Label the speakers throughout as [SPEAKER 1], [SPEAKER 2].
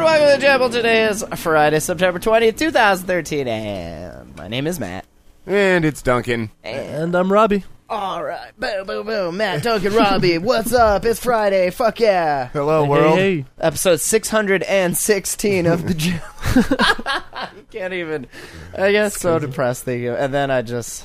[SPEAKER 1] Welcome to the Jabble. Today is Friday, September 20th, 2013, and my name is Matt.
[SPEAKER 2] And it's Duncan.
[SPEAKER 3] And I'm Robbie.
[SPEAKER 1] All right, boom, boom, boom. Matt, Duncan, Robbie, what's up? It's Friday. Fuck yeah.
[SPEAKER 2] Hello,
[SPEAKER 3] Hey, hey.
[SPEAKER 1] Episode 616 of the Jabble. Can't even. I get so depressed thinking. of- And then I just.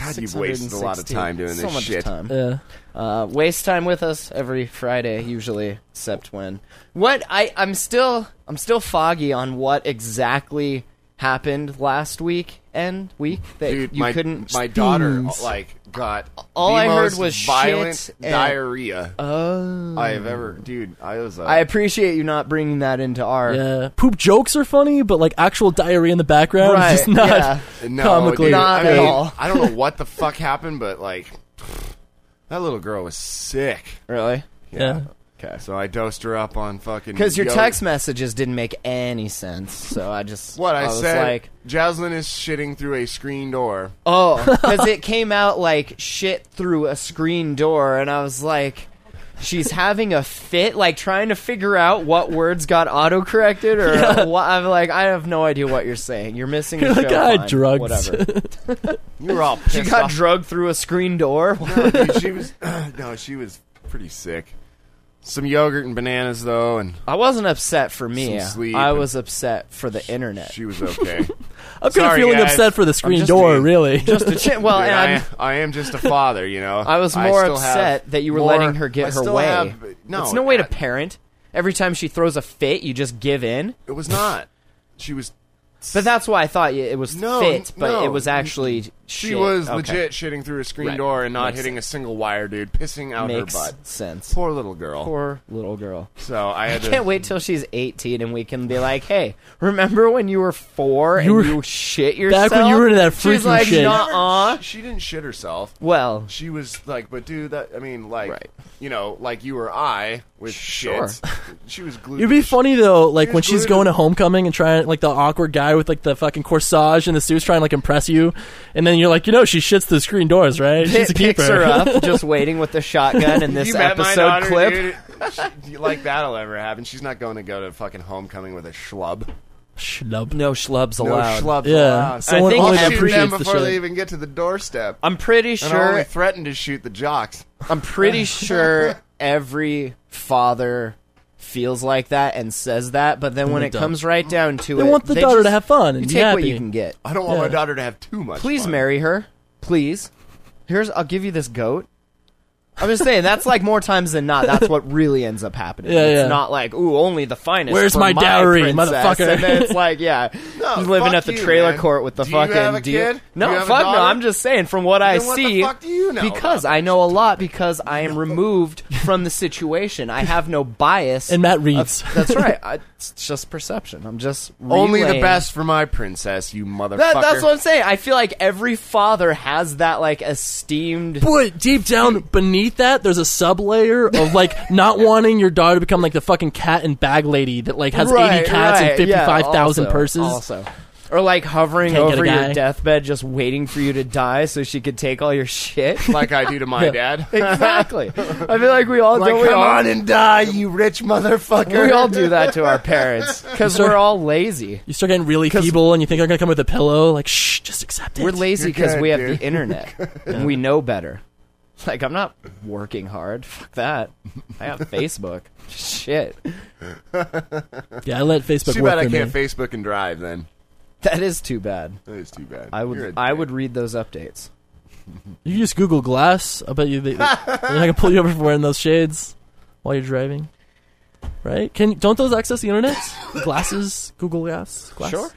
[SPEAKER 2] God, you've wasted a lot of
[SPEAKER 1] 616.
[SPEAKER 2] time doing this
[SPEAKER 1] so much
[SPEAKER 2] shit.
[SPEAKER 1] Time.
[SPEAKER 3] Yeah.
[SPEAKER 1] Uh, waste time with us every Friday, usually, except when. What I I'm still I'm still foggy on what exactly happened last week and week that
[SPEAKER 2] Dude,
[SPEAKER 1] you
[SPEAKER 2] my,
[SPEAKER 1] couldn't.
[SPEAKER 2] my daughter
[SPEAKER 3] Spoons.
[SPEAKER 2] like got
[SPEAKER 1] All
[SPEAKER 2] the
[SPEAKER 1] I heard
[SPEAKER 2] most
[SPEAKER 1] was shit
[SPEAKER 2] violent
[SPEAKER 1] and-
[SPEAKER 2] diarrhea
[SPEAKER 1] Oh.
[SPEAKER 2] I have ever. Dude, I was. Uh,
[SPEAKER 1] I appreciate you not bringing that into our.
[SPEAKER 3] Yeah. uh, Poop jokes are funny, but like actual diarrhea in the background
[SPEAKER 1] Right,
[SPEAKER 3] is just not
[SPEAKER 1] yeah.
[SPEAKER 2] no,
[SPEAKER 3] comically
[SPEAKER 2] dude,
[SPEAKER 1] Not
[SPEAKER 2] I mean,
[SPEAKER 1] at all.
[SPEAKER 2] I don't know what the fuck happened, but like that little girl was sick.
[SPEAKER 1] Really?
[SPEAKER 3] Yeah.
[SPEAKER 1] Okay.
[SPEAKER 2] So I dosed her up on fucking.
[SPEAKER 1] Because your
[SPEAKER 2] yo-
[SPEAKER 1] text messages didn't make any sense, so I just
[SPEAKER 2] What I,
[SPEAKER 1] was
[SPEAKER 2] said.
[SPEAKER 1] like,
[SPEAKER 2] Jaslyn is shitting through a screen door.
[SPEAKER 1] oh, because it came out like shit through a screen door, and I was like, she's having a fit, like trying to figure out what words got autocorrected or what. I'm like, I have no idea what you're saying. You're missing.
[SPEAKER 3] You're
[SPEAKER 1] the
[SPEAKER 3] like,
[SPEAKER 1] show
[SPEAKER 3] "I
[SPEAKER 2] "Ah,
[SPEAKER 1] line."
[SPEAKER 3] drugged."
[SPEAKER 1] Whatever.
[SPEAKER 2] You were all pissed
[SPEAKER 1] You got
[SPEAKER 2] off.
[SPEAKER 1] drugged through a screen door.
[SPEAKER 2] Dude, she was no, she was pretty sick. Some yogurt and bananas though, and
[SPEAKER 1] I wasn't upset for me.
[SPEAKER 2] Some sleep
[SPEAKER 1] I
[SPEAKER 2] and-
[SPEAKER 1] was upset for the internet.
[SPEAKER 2] she was okay.
[SPEAKER 3] I'm kind of
[SPEAKER 2] Sorry,
[SPEAKER 3] feeling
[SPEAKER 2] guys.
[SPEAKER 3] upset for the
[SPEAKER 2] I'm
[SPEAKER 3] screen
[SPEAKER 2] just
[SPEAKER 3] door,
[SPEAKER 2] being-
[SPEAKER 3] really.
[SPEAKER 1] Just a chin. Well,
[SPEAKER 2] Dude,
[SPEAKER 1] and
[SPEAKER 2] I,
[SPEAKER 1] I'm,
[SPEAKER 2] am, I am just a father, you know.
[SPEAKER 1] I was more
[SPEAKER 2] still have
[SPEAKER 1] upset that you were
[SPEAKER 2] more-
[SPEAKER 1] letting her get
[SPEAKER 2] I
[SPEAKER 1] her
[SPEAKER 2] still
[SPEAKER 1] way.
[SPEAKER 2] have- no,
[SPEAKER 1] it's no way to
[SPEAKER 2] I-
[SPEAKER 1] parent. Every time she throws a fit, you just give in.
[SPEAKER 2] It was not. She was.
[SPEAKER 1] But that's why I thought y- it was
[SPEAKER 2] No,
[SPEAKER 1] fit, but
[SPEAKER 2] no.
[SPEAKER 1] it was actually
[SPEAKER 2] She
[SPEAKER 1] shit.
[SPEAKER 2] was
[SPEAKER 1] Okay.
[SPEAKER 2] legit shitting through a screen
[SPEAKER 1] Right.
[SPEAKER 2] door and not
[SPEAKER 1] Makes
[SPEAKER 2] hitting a single wire, dude, pissing out
[SPEAKER 1] Makes
[SPEAKER 2] her butt.
[SPEAKER 1] sense.
[SPEAKER 2] Poor little girl.
[SPEAKER 1] Poor little girl.
[SPEAKER 2] So I had to.
[SPEAKER 1] Can't wait till she's 18 and we can be like, hey, remember when you were four and
[SPEAKER 3] were-
[SPEAKER 1] you shit yourself?
[SPEAKER 3] when you were into that
[SPEAKER 1] She's
[SPEAKER 3] freaky
[SPEAKER 1] like,
[SPEAKER 3] shit.
[SPEAKER 1] nuh-uh.
[SPEAKER 2] She didn't shit herself.
[SPEAKER 1] Well,
[SPEAKER 2] She was like, but dude, that I mean, like,
[SPEAKER 1] Right.
[SPEAKER 2] you know, like you or I with
[SPEAKER 1] Sure.
[SPEAKER 2] shit. She was glued.
[SPEAKER 3] It'd be
[SPEAKER 2] to sh-
[SPEAKER 3] funny though, like when
[SPEAKER 2] Here's
[SPEAKER 3] she's
[SPEAKER 2] Gordon.
[SPEAKER 3] going to homecoming and trying like the awkward guy with like the fucking corsage and the suit's trying to like impress you, and then you're like, you know, she shits the screen doors, right? She's a
[SPEAKER 1] it picks
[SPEAKER 3] keeper.
[SPEAKER 1] her up just waiting with the shotgun in this
[SPEAKER 2] you met my
[SPEAKER 1] episode
[SPEAKER 2] daughter,
[SPEAKER 1] clip.
[SPEAKER 2] Dude, she, like that'll ever happen. She's not going to go to fucking homecoming with a schlub.
[SPEAKER 3] Schlub.
[SPEAKER 1] No schlubs
[SPEAKER 2] No
[SPEAKER 1] allowed.
[SPEAKER 2] schlubs
[SPEAKER 3] Yeah.
[SPEAKER 2] allowed.
[SPEAKER 3] Someone
[SPEAKER 1] I think
[SPEAKER 3] only
[SPEAKER 1] she-
[SPEAKER 2] I'll
[SPEAKER 3] that
[SPEAKER 2] shoot them
[SPEAKER 3] appreciates the
[SPEAKER 2] before they
[SPEAKER 3] shit.
[SPEAKER 2] even get to the doorstep.
[SPEAKER 1] I'm pretty
[SPEAKER 2] and I only
[SPEAKER 1] sure
[SPEAKER 2] threatened to shoot the jocks.
[SPEAKER 1] I'm pretty sure every father feels like that and says that, but then when
[SPEAKER 3] they
[SPEAKER 1] it
[SPEAKER 3] don't.
[SPEAKER 1] comes right down to
[SPEAKER 3] They
[SPEAKER 1] it,
[SPEAKER 3] want the daughter to
[SPEAKER 1] just-
[SPEAKER 3] have fun and
[SPEAKER 1] you
[SPEAKER 3] be
[SPEAKER 1] take what
[SPEAKER 3] happy.
[SPEAKER 1] you can get.
[SPEAKER 2] I don't want my
[SPEAKER 3] Yeah.
[SPEAKER 2] daughter to have too much.
[SPEAKER 1] Please
[SPEAKER 2] fun.
[SPEAKER 1] marry her, please. Here's I'll give you this goat. I'm just saying that's like more times than not. That's what really ends up happening.
[SPEAKER 3] Yeah,
[SPEAKER 1] it's
[SPEAKER 3] yeah.
[SPEAKER 1] not like ooh, only the finest.
[SPEAKER 3] Where's
[SPEAKER 1] for
[SPEAKER 3] my dowry,
[SPEAKER 1] princess.
[SPEAKER 3] motherfucker?
[SPEAKER 1] And then it's like yeah,
[SPEAKER 2] No,
[SPEAKER 1] he's living
[SPEAKER 2] fuck
[SPEAKER 1] at the
[SPEAKER 2] you,
[SPEAKER 1] trailer
[SPEAKER 2] man.
[SPEAKER 1] court with the
[SPEAKER 2] Do you
[SPEAKER 1] fucking
[SPEAKER 2] have a
[SPEAKER 1] deal.
[SPEAKER 2] kid? Do
[SPEAKER 1] No,
[SPEAKER 2] you have a
[SPEAKER 1] fuck no.
[SPEAKER 2] daughter?
[SPEAKER 1] I'm just saying from what I
[SPEAKER 2] Then what the
[SPEAKER 1] see.
[SPEAKER 2] fuck do you know
[SPEAKER 1] Because
[SPEAKER 2] about
[SPEAKER 1] I know a lot because I am removed from the situation. I have no bias.
[SPEAKER 3] And Matt reads.
[SPEAKER 1] That's right. I, it's just perception. I'm just
[SPEAKER 2] Only the
[SPEAKER 1] relaying-
[SPEAKER 2] best for my princess, you motherfucker.
[SPEAKER 1] That, that's what I'm saying. I feel like every father has that like esteemed.
[SPEAKER 3] But deep down beneath that, there's a sub layer of like not wanting your daughter to become like the fucking cat and bag lady that like has
[SPEAKER 1] Right,
[SPEAKER 3] 80 cats
[SPEAKER 1] right,
[SPEAKER 3] and
[SPEAKER 1] yeah,
[SPEAKER 3] 55,000
[SPEAKER 1] also,
[SPEAKER 3] purses.
[SPEAKER 1] Also, or like hovering
[SPEAKER 3] Can't get a
[SPEAKER 1] over
[SPEAKER 3] guy.
[SPEAKER 1] your deathbed, just waiting for you to die so she could take all your shit.
[SPEAKER 2] like I do to my dad.
[SPEAKER 1] exactly. I feel like we all
[SPEAKER 2] Like,
[SPEAKER 1] don't we
[SPEAKER 2] come
[SPEAKER 1] all,
[SPEAKER 2] on and die, you rich motherfucker.
[SPEAKER 1] we all do that to our parents because we're all lazy.
[SPEAKER 3] You start getting really feeble and you think they're going to come with a pillow. Like, shh, just accept it.
[SPEAKER 1] We're lazy because
[SPEAKER 2] good,
[SPEAKER 1] we have
[SPEAKER 2] dude.
[SPEAKER 1] the internet and we know better. Like I'm not working hard. Fuck that. I have Facebook. Shit.
[SPEAKER 3] yeah, I let Facebook
[SPEAKER 2] Too
[SPEAKER 3] work
[SPEAKER 2] bad I
[SPEAKER 3] for me.
[SPEAKER 2] can't Facebook and drive. Then
[SPEAKER 1] That is too bad.
[SPEAKER 2] that is too bad.
[SPEAKER 1] I
[SPEAKER 2] You're a
[SPEAKER 1] would I
[SPEAKER 2] dick.
[SPEAKER 1] would read those updates.
[SPEAKER 3] You can just Google Glass. I bet you they, they, I can pull you over for wearing those shades while you're driving. Right? Can don't those access the internet? Glasses, Google Glass, Glass.
[SPEAKER 1] Sure.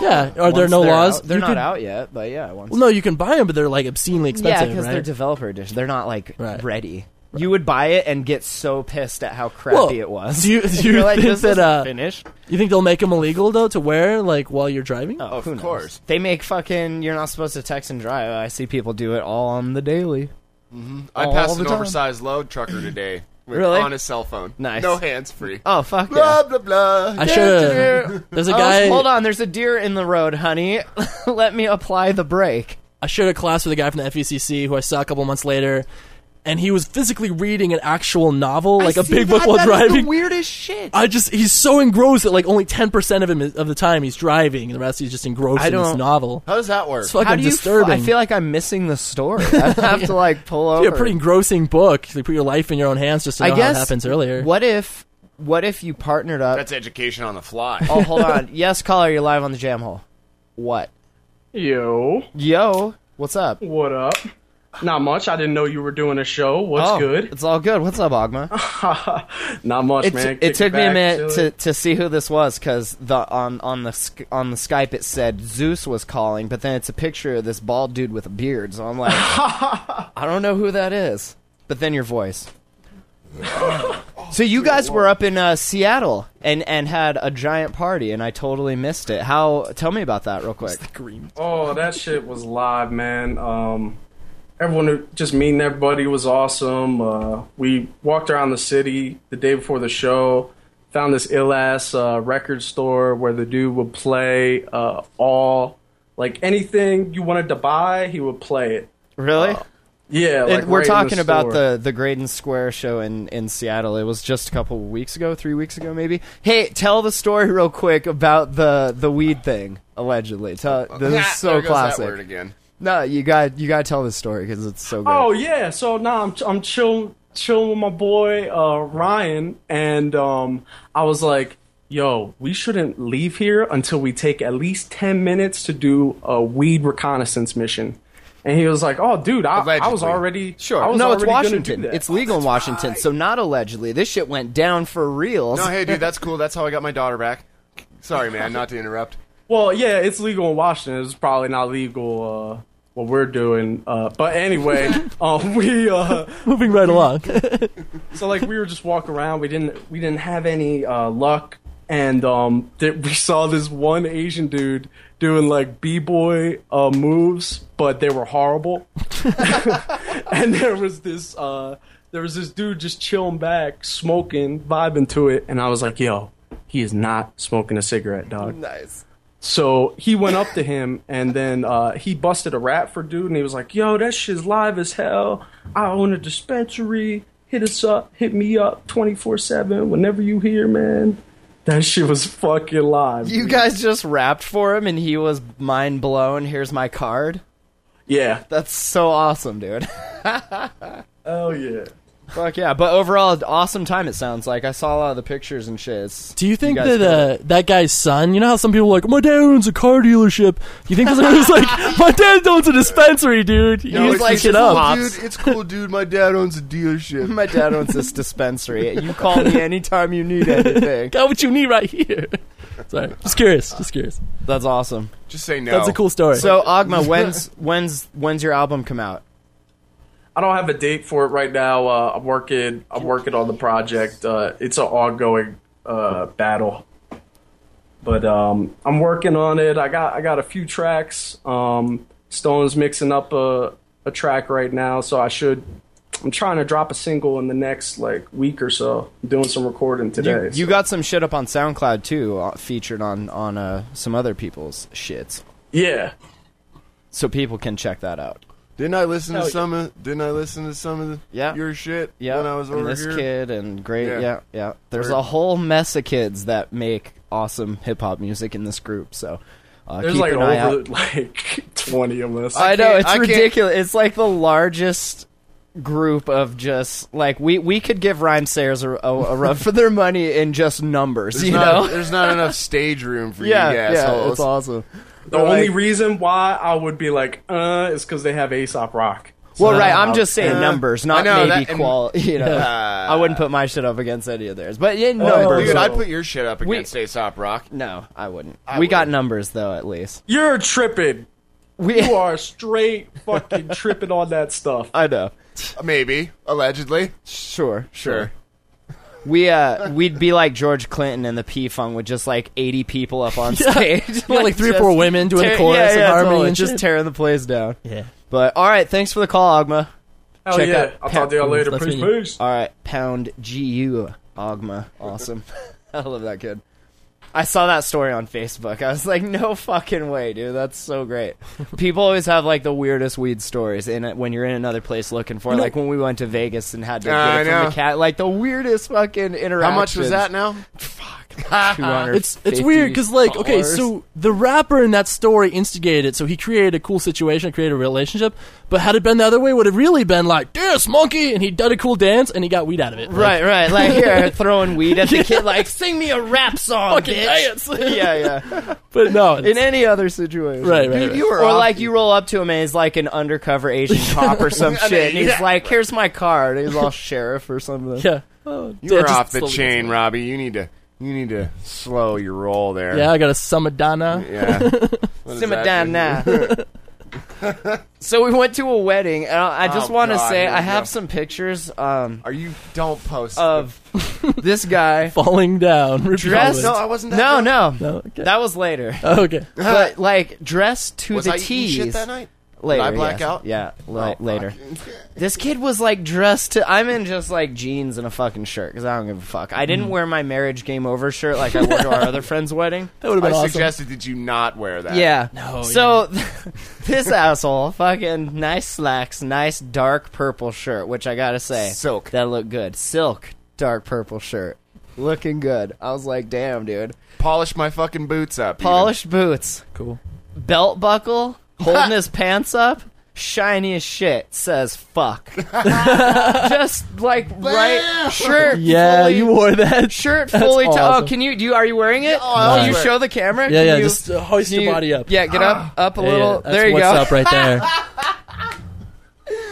[SPEAKER 3] Yeah. Are there
[SPEAKER 1] Once
[SPEAKER 3] no
[SPEAKER 1] they're
[SPEAKER 3] laws?
[SPEAKER 1] out- They're
[SPEAKER 3] You
[SPEAKER 1] not
[SPEAKER 3] could-
[SPEAKER 1] out yet, but yeah. Once
[SPEAKER 3] Well, no, you can buy them, but they're like obscenely
[SPEAKER 1] yeah,
[SPEAKER 3] expensive,
[SPEAKER 1] because
[SPEAKER 3] right?
[SPEAKER 1] they're developer edition. They're not like
[SPEAKER 3] Right.
[SPEAKER 1] ready. You would buy it and get so pissed at how crappy
[SPEAKER 3] Well,
[SPEAKER 1] it was.
[SPEAKER 3] do you- do
[SPEAKER 1] You're
[SPEAKER 3] you
[SPEAKER 1] like,
[SPEAKER 3] think
[SPEAKER 1] this
[SPEAKER 3] that,
[SPEAKER 1] isn't
[SPEAKER 3] uh,
[SPEAKER 1] finished?
[SPEAKER 3] you think they'll make them illegal though to wear like while you're driving?
[SPEAKER 1] Oh,
[SPEAKER 2] Of
[SPEAKER 1] who knows?
[SPEAKER 2] course.
[SPEAKER 1] They make fucking. You're not supposed to text and drive. I see people do it all on the daily.
[SPEAKER 2] I
[SPEAKER 1] All
[SPEAKER 2] passed
[SPEAKER 1] the
[SPEAKER 2] an
[SPEAKER 1] time.
[SPEAKER 2] oversized load trucker today with,
[SPEAKER 1] Really?
[SPEAKER 2] on his cell phone.
[SPEAKER 1] Nice.
[SPEAKER 2] No hands free.
[SPEAKER 1] Oh fuck yeah!
[SPEAKER 2] Blah blah blah.
[SPEAKER 3] I should. There's a guy.
[SPEAKER 1] Oh, hold on, there's a deer in the road, honey. Let me apply the brake.
[SPEAKER 3] I shared a class with a guy from the FECC who I saw a couple months later, and he was physically reading an actual novel, like
[SPEAKER 1] a
[SPEAKER 3] a big book while driving.
[SPEAKER 1] weirdest shit.
[SPEAKER 3] I just he's so engrossed that like only ten percent of him is, of the time he's driving, and the rest he's just engrossed
[SPEAKER 1] I
[SPEAKER 3] in this
[SPEAKER 1] don't-
[SPEAKER 3] novel.
[SPEAKER 2] How does that work?
[SPEAKER 3] It's fucking
[SPEAKER 1] How do you? f-
[SPEAKER 3] disturbing.
[SPEAKER 1] I feel like I'm missing the story. I have to like pull over.
[SPEAKER 3] yeah, pretty engrossing book. You put your life in your own hands just to
[SPEAKER 1] I
[SPEAKER 3] know how
[SPEAKER 1] guess
[SPEAKER 3] it happens earlier.
[SPEAKER 1] What if? What if you partnered up?
[SPEAKER 2] That's education on the fly.
[SPEAKER 1] oh, hold on. Yes, caller, you're live on the jam hole. What?
[SPEAKER 4] Yo,
[SPEAKER 1] Yo, what's up?
[SPEAKER 4] what up? Not much. I didn't know you were doing a show. What's
[SPEAKER 1] oh,
[SPEAKER 4] good?
[SPEAKER 1] It's all good. What's up, Ogma?
[SPEAKER 4] Not much,
[SPEAKER 1] It,
[SPEAKER 4] man.
[SPEAKER 1] it
[SPEAKER 4] Kick
[SPEAKER 1] took me a
[SPEAKER 4] back,
[SPEAKER 1] minute to,
[SPEAKER 4] chill.
[SPEAKER 1] to see who this was because the on on the Sk- on the Skype it said Zeus was calling, but then it's a picture of this bald dude with a beard. So I'm like, I don't know who that is. But then your voice. so you guys were up in uh, Seattle and and had a giant party, and I totally missed it. How? Tell me about that real quick.
[SPEAKER 4] Oh, that shit was live, man. Um, everyone, just meeting everybody was awesome. Uh, we walked around the city the day before the show. Found this ill ass uh, record store where the dude would play uh, all like anything you wanted to buy, he would play it.
[SPEAKER 1] Really?
[SPEAKER 4] Yeah, like
[SPEAKER 1] And we're
[SPEAKER 4] right in
[SPEAKER 1] talking about
[SPEAKER 4] store.
[SPEAKER 1] the the Graydon Square show in in Seattle. It was just a couple weeks ago, three weeks ago, maybe. Hey, tell the story real quick about the the weed thing allegedly. Tell, this
[SPEAKER 2] Nah,
[SPEAKER 1] is so
[SPEAKER 2] there goes That word
[SPEAKER 1] classic.
[SPEAKER 2] again.
[SPEAKER 1] No, you got you got to tell this story because it's so good.
[SPEAKER 4] Oh yeah, so now I'm I'm chill chilling with my boy uh, Ryan, and um, I was like, "Yo, we shouldn't leave here until we take at least ten minutes to do a weed reconnaissance mission." And he was like, "Oh, dude, I, I was
[SPEAKER 2] Allegedly.
[SPEAKER 4] already
[SPEAKER 2] Sure.
[SPEAKER 4] I was
[SPEAKER 1] no, it's
[SPEAKER 4] already gonna do
[SPEAKER 1] Washington.
[SPEAKER 4] that.
[SPEAKER 1] It's legal in Washington, so not allegedly. This shit went down for reals.
[SPEAKER 2] No, hey dude, that's cool. That's how I got my daughter back. Sorry, man, not to interrupt.
[SPEAKER 4] Well, yeah, it's legal in Washington. It's probably not legal uh, what we're doing, uh, but anyway, um, we. Uh,
[SPEAKER 3] Moving right along.
[SPEAKER 4] so like we were just walking around we didn't we didn't have any uh, luck and um th- we saw this one asian dude doing like b-boy uh, moves but they were horrible and there was this uh there was this dude just chilling back smoking vibing to it and i was like yo he is not smoking a cigarette dog
[SPEAKER 1] nice.
[SPEAKER 4] so he went up to him and then uh, he busted a rap for dude and he was like, "Yo, that shit's live as hell. I own a dispensary. Hit us up. Hit me up 24/7 whenever you hear, man." That shit was fucking live.
[SPEAKER 1] You
[SPEAKER 4] dude.
[SPEAKER 1] guys just rapped for him, and he was mind blown. Here's my card.
[SPEAKER 4] yeah.
[SPEAKER 1] That's so awesome, dude.
[SPEAKER 4] Oh yeah.
[SPEAKER 1] Fuck yeah! But overall, awesome time. It sounds like I saw a lot of the pictures and shit. It's-
[SPEAKER 3] Do you think
[SPEAKER 1] guys
[SPEAKER 3] that
[SPEAKER 1] killed it.
[SPEAKER 3] uh, that guy's son? You know how some people are like my dad owns a car dealership. You think this was like my dad owns a dispensary, dude? He
[SPEAKER 2] No,
[SPEAKER 3] was
[SPEAKER 2] it's
[SPEAKER 3] like
[SPEAKER 2] just
[SPEAKER 3] it
[SPEAKER 2] cool,
[SPEAKER 3] up.
[SPEAKER 2] dude. It's cool, dude. My dad owns a dealership.
[SPEAKER 1] My dad owns this dispensary. You call me anytime you need anything.
[SPEAKER 3] Got what you need right here. Sorry, just curious, just curious.
[SPEAKER 1] That's awesome.
[SPEAKER 2] Just say no.
[SPEAKER 3] That's a cool story.
[SPEAKER 1] So, Agma, when's when's when's your album come out?
[SPEAKER 4] I don't have a date for it right now. Uh, I'm working. I'm working on the project. Uh, it's an ongoing uh, battle, but um, I'm working on it. I got I got a few tracks. Um, Stone's mixing up a a track right now, so I should. I'm trying to drop a single in the next like week or so. I'm doing some recording today.
[SPEAKER 1] You, you got some shit up on SoundCloud too, uh, featured on on uh, some other people's shits,
[SPEAKER 4] yeah.
[SPEAKER 1] so people can check that out.
[SPEAKER 2] Didn't I listen to some? Of, didn't I listen to some of the,
[SPEAKER 1] Yeah.
[SPEAKER 2] your shit
[SPEAKER 1] Yeah,
[SPEAKER 2] when I was
[SPEAKER 1] and
[SPEAKER 2] over
[SPEAKER 1] this
[SPEAKER 2] here?
[SPEAKER 1] kid and great. Yeah,
[SPEAKER 2] Yeah.
[SPEAKER 1] yeah. There's
[SPEAKER 2] Word.
[SPEAKER 1] a whole mess of kids that make awesome hip hop music in this group. So. Uh,
[SPEAKER 4] There's
[SPEAKER 1] keep
[SPEAKER 4] like
[SPEAKER 1] an eye out.
[SPEAKER 4] over like 20 of us.
[SPEAKER 1] I know
[SPEAKER 2] can't-
[SPEAKER 1] it's
[SPEAKER 2] I can't-
[SPEAKER 1] ridiculous. It's like the largest group of just like we we could give rhyme sayers a, a, a run for their money in just numbers,
[SPEAKER 2] There's
[SPEAKER 1] you
[SPEAKER 2] not,
[SPEAKER 1] know?
[SPEAKER 2] there's not enough stage room for
[SPEAKER 1] Yeah,
[SPEAKER 2] you
[SPEAKER 1] yeah,
[SPEAKER 2] assholes.
[SPEAKER 1] it's awesome.
[SPEAKER 4] the only reason why I would be like, uh, is because they have Aesop Rock.
[SPEAKER 1] Well, right.
[SPEAKER 3] I-
[SPEAKER 1] I'm just saying
[SPEAKER 2] Uh,
[SPEAKER 1] numbers,
[SPEAKER 2] I
[SPEAKER 1] not
[SPEAKER 2] know,
[SPEAKER 1] maybe
[SPEAKER 2] that- and-
[SPEAKER 1] quality. You know,
[SPEAKER 2] Uh,
[SPEAKER 1] I wouldn't put my shit up against any of theirs, but yeah,
[SPEAKER 2] Oh,
[SPEAKER 1] numbers.
[SPEAKER 2] dude, I'd put your shit up
[SPEAKER 1] We-
[SPEAKER 2] against Aesop Rock.
[SPEAKER 1] no, I wouldn't.
[SPEAKER 2] I
[SPEAKER 1] we got
[SPEAKER 2] wouldn't.
[SPEAKER 1] numbers though, at least.
[SPEAKER 4] You're tripping.
[SPEAKER 1] We
[SPEAKER 4] You are straight fucking tripping on that stuff.
[SPEAKER 1] I know.
[SPEAKER 2] Maybe, allegedly.
[SPEAKER 1] Sure, sure. We uh, we'd be like George Clinton and the P Funk with just like 80 people up on stage,
[SPEAKER 3] Yeah, like three or four
[SPEAKER 1] just
[SPEAKER 3] women doing the
[SPEAKER 1] tear-
[SPEAKER 3] chorus
[SPEAKER 1] yeah,
[SPEAKER 3] and
[SPEAKER 1] yeah,
[SPEAKER 3] harmony
[SPEAKER 1] totally,
[SPEAKER 3] and
[SPEAKER 1] just
[SPEAKER 3] shit.
[SPEAKER 1] tearing the place down.
[SPEAKER 3] yeah.
[SPEAKER 1] But all right, thanks for the call, Ogma.
[SPEAKER 4] Hell
[SPEAKER 1] check
[SPEAKER 4] yeah.
[SPEAKER 1] out
[SPEAKER 4] I'll talk to y'all
[SPEAKER 3] Pat-
[SPEAKER 4] later.
[SPEAKER 3] Let's
[SPEAKER 4] Peace,
[SPEAKER 3] meet you.
[SPEAKER 4] peace.
[SPEAKER 1] All right, pound GU Ogma. Awesome. I love that kid. I saw that story on Facebook. I was like, no fucking way, dude. That's so great. People always have like the weirdest weed stories in it when you're in another place looking for. it. like when we went to Vegas and had to get
[SPEAKER 2] I
[SPEAKER 1] it from
[SPEAKER 2] know.
[SPEAKER 1] the cat. Like the weirdest fucking interaction.
[SPEAKER 2] How much was that now?
[SPEAKER 3] It's it's weird because like okay, so the rapper in that story instigated it, so he created a cool situation, created a relationship. But had it been the other way, would have really been like this monkey, and he did a cool dance, and he got weed out of it. Like,
[SPEAKER 1] right, right, like here throwing weed at the kid, like sing me a rap song,
[SPEAKER 3] Fucking
[SPEAKER 1] bitch.
[SPEAKER 3] dance.
[SPEAKER 1] yeah, yeah.
[SPEAKER 3] but no,
[SPEAKER 1] In
[SPEAKER 3] it's,
[SPEAKER 1] any other situation,
[SPEAKER 3] right, right, right.
[SPEAKER 1] or like you roll up to him and he's like an undercover Asian cop or some
[SPEAKER 2] I
[SPEAKER 1] shit,
[SPEAKER 2] mean,
[SPEAKER 1] and he's
[SPEAKER 2] yeah.
[SPEAKER 1] like, "Here's my card." And he's all sheriff or something.
[SPEAKER 3] yeah. Oh,
[SPEAKER 2] You
[SPEAKER 3] yeah,
[SPEAKER 2] are
[SPEAKER 3] just
[SPEAKER 2] off the
[SPEAKER 3] slowly-
[SPEAKER 2] chain, Robbie. You need to you need to slow your roll there.
[SPEAKER 3] Yeah, I got a Samadana.
[SPEAKER 2] Yeah. What is
[SPEAKER 1] Simmer
[SPEAKER 2] that?
[SPEAKER 1] down now. so we went to a wedding, and I I just
[SPEAKER 2] Oh,
[SPEAKER 1] want to
[SPEAKER 2] God,
[SPEAKER 1] say
[SPEAKER 2] here we
[SPEAKER 1] I have
[SPEAKER 2] go.
[SPEAKER 1] some pictures um,
[SPEAKER 2] Are you don't post
[SPEAKER 1] of this guy
[SPEAKER 3] Falling down.
[SPEAKER 1] dressed.
[SPEAKER 2] No, I wasn't that
[SPEAKER 1] No,
[SPEAKER 2] drunk.
[SPEAKER 1] no,
[SPEAKER 3] No, okay.
[SPEAKER 1] that was later.
[SPEAKER 3] Oh, okay.
[SPEAKER 1] But like dressed to
[SPEAKER 2] was
[SPEAKER 1] the
[SPEAKER 2] I eating
[SPEAKER 1] tees.
[SPEAKER 2] shit that night?
[SPEAKER 1] Later,
[SPEAKER 2] Did I black
[SPEAKER 1] yes.
[SPEAKER 2] out?
[SPEAKER 1] Yeah, li-
[SPEAKER 2] Oh, fuck.
[SPEAKER 1] later. This kid was like dressed to. I'm in just like jeans and a fucking shirt because I don't give a fuck. I
[SPEAKER 3] Mm.
[SPEAKER 1] didn't wear my marriage game over shirt like I wore to our other friend's wedding.
[SPEAKER 3] That would have
[SPEAKER 2] I
[SPEAKER 3] been awesome.
[SPEAKER 2] suggested that you not wear that.
[SPEAKER 1] Yeah.
[SPEAKER 3] No,
[SPEAKER 1] So this asshole, fucking nice slacks, nice dark purple shirt, which I gotta say,
[SPEAKER 2] Silk.
[SPEAKER 1] that looked good. Silk, dark purple shirt, looking good. I was like, damn, dude.
[SPEAKER 2] Polish my fucking boots up. even.
[SPEAKER 1] Polished boots,
[SPEAKER 3] cool.
[SPEAKER 1] belt buckle, holding his pants up, shiny as shit, says fuck. Just like right shirt.
[SPEAKER 3] Yeah,
[SPEAKER 1] fully-
[SPEAKER 3] you wore that
[SPEAKER 1] shirt
[SPEAKER 3] That's
[SPEAKER 1] fully. to-
[SPEAKER 3] awesome.
[SPEAKER 1] oh, can you? Do you? Are you wearing it?
[SPEAKER 2] I'll
[SPEAKER 1] can you
[SPEAKER 2] wear it.
[SPEAKER 1] show the camera?
[SPEAKER 3] Yeah,
[SPEAKER 1] Can
[SPEAKER 3] yeah.
[SPEAKER 1] you-
[SPEAKER 3] Just uh, hoist
[SPEAKER 1] can
[SPEAKER 3] your
[SPEAKER 1] you-
[SPEAKER 3] body up.
[SPEAKER 1] Yeah, get up, up a
[SPEAKER 3] Yeah, yeah,
[SPEAKER 1] little.
[SPEAKER 3] that's
[SPEAKER 1] there you
[SPEAKER 3] what's
[SPEAKER 1] go.
[SPEAKER 3] up right there.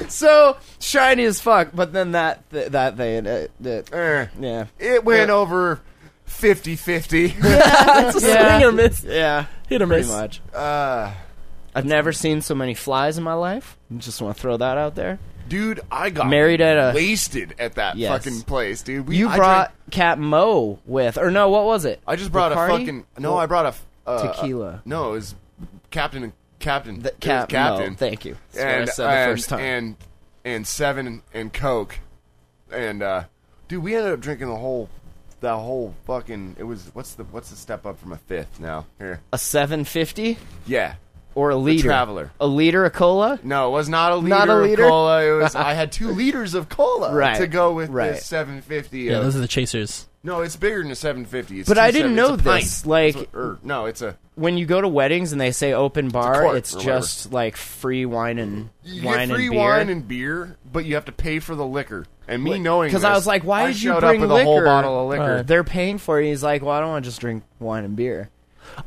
[SPEAKER 1] so shiny as fuck. But then that th- that thing, uh, that-
[SPEAKER 2] Eh.
[SPEAKER 1] yeah,
[SPEAKER 2] It went over 50-50.
[SPEAKER 3] It's a swing or miss.
[SPEAKER 1] yeah,
[SPEAKER 3] Hit or
[SPEAKER 1] pretty
[SPEAKER 3] miss.
[SPEAKER 1] much.
[SPEAKER 2] uh,
[SPEAKER 1] I've never seen so many flies in my life. Just want to throw that out there.
[SPEAKER 2] dude, I got
[SPEAKER 1] Married at a-
[SPEAKER 2] wasted at that
[SPEAKER 1] Yes.
[SPEAKER 2] fucking place, dude. We,
[SPEAKER 1] You
[SPEAKER 2] I
[SPEAKER 1] brought
[SPEAKER 2] drank-
[SPEAKER 1] Cat Mo with, or no? What was it?
[SPEAKER 2] I just brought
[SPEAKER 1] Bacardi?
[SPEAKER 2] a fucking no. I brought a f- uh,
[SPEAKER 1] Tequila.
[SPEAKER 2] no, it was Captain and Captain.
[SPEAKER 1] The
[SPEAKER 2] It was
[SPEAKER 1] Cat
[SPEAKER 2] Captain.
[SPEAKER 1] Mo. Thank you. That's
[SPEAKER 2] and,
[SPEAKER 1] what I said the
[SPEAKER 2] and,
[SPEAKER 1] first time.
[SPEAKER 2] and and seven and, and Coke, and uh, dude, we ended up drinking the whole the whole fucking. It was what's the what's the step up from a fifth now here?
[SPEAKER 1] a seven fifty
[SPEAKER 2] Yeah,
[SPEAKER 1] or a liter?
[SPEAKER 2] Traveler.
[SPEAKER 1] A liter of cola.
[SPEAKER 2] no, it was not a liter,
[SPEAKER 1] Not a liter?
[SPEAKER 2] of cola. It was I had two liters of cola
[SPEAKER 1] Right,
[SPEAKER 2] to go with
[SPEAKER 1] right.
[SPEAKER 2] this seven fifty.
[SPEAKER 3] Yeah, those are the chasers.
[SPEAKER 2] no, it's bigger than a seven fifty.
[SPEAKER 1] But I didn't know
[SPEAKER 2] it's a pint.
[SPEAKER 1] this, like-
[SPEAKER 2] It's a- or, no, it's a
[SPEAKER 1] When you go to weddings and they say open bar,
[SPEAKER 2] quart
[SPEAKER 1] it's,
[SPEAKER 2] or whatever.
[SPEAKER 1] just like free wine and
[SPEAKER 2] You
[SPEAKER 1] wine
[SPEAKER 2] get free
[SPEAKER 1] and beer.
[SPEAKER 2] wine and beer, but you have to pay for the liquor. And me knowing
[SPEAKER 1] 'cause I
[SPEAKER 2] this,
[SPEAKER 1] was like, why
[SPEAKER 2] I
[SPEAKER 1] did you
[SPEAKER 2] showed
[SPEAKER 1] bring
[SPEAKER 2] up with a whole
[SPEAKER 1] liquor? Uh,
[SPEAKER 2] bottle of liquor?
[SPEAKER 3] Right.
[SPEAKER 1] They're paying for it. He's like, well, I don't want to just drink wine and beer.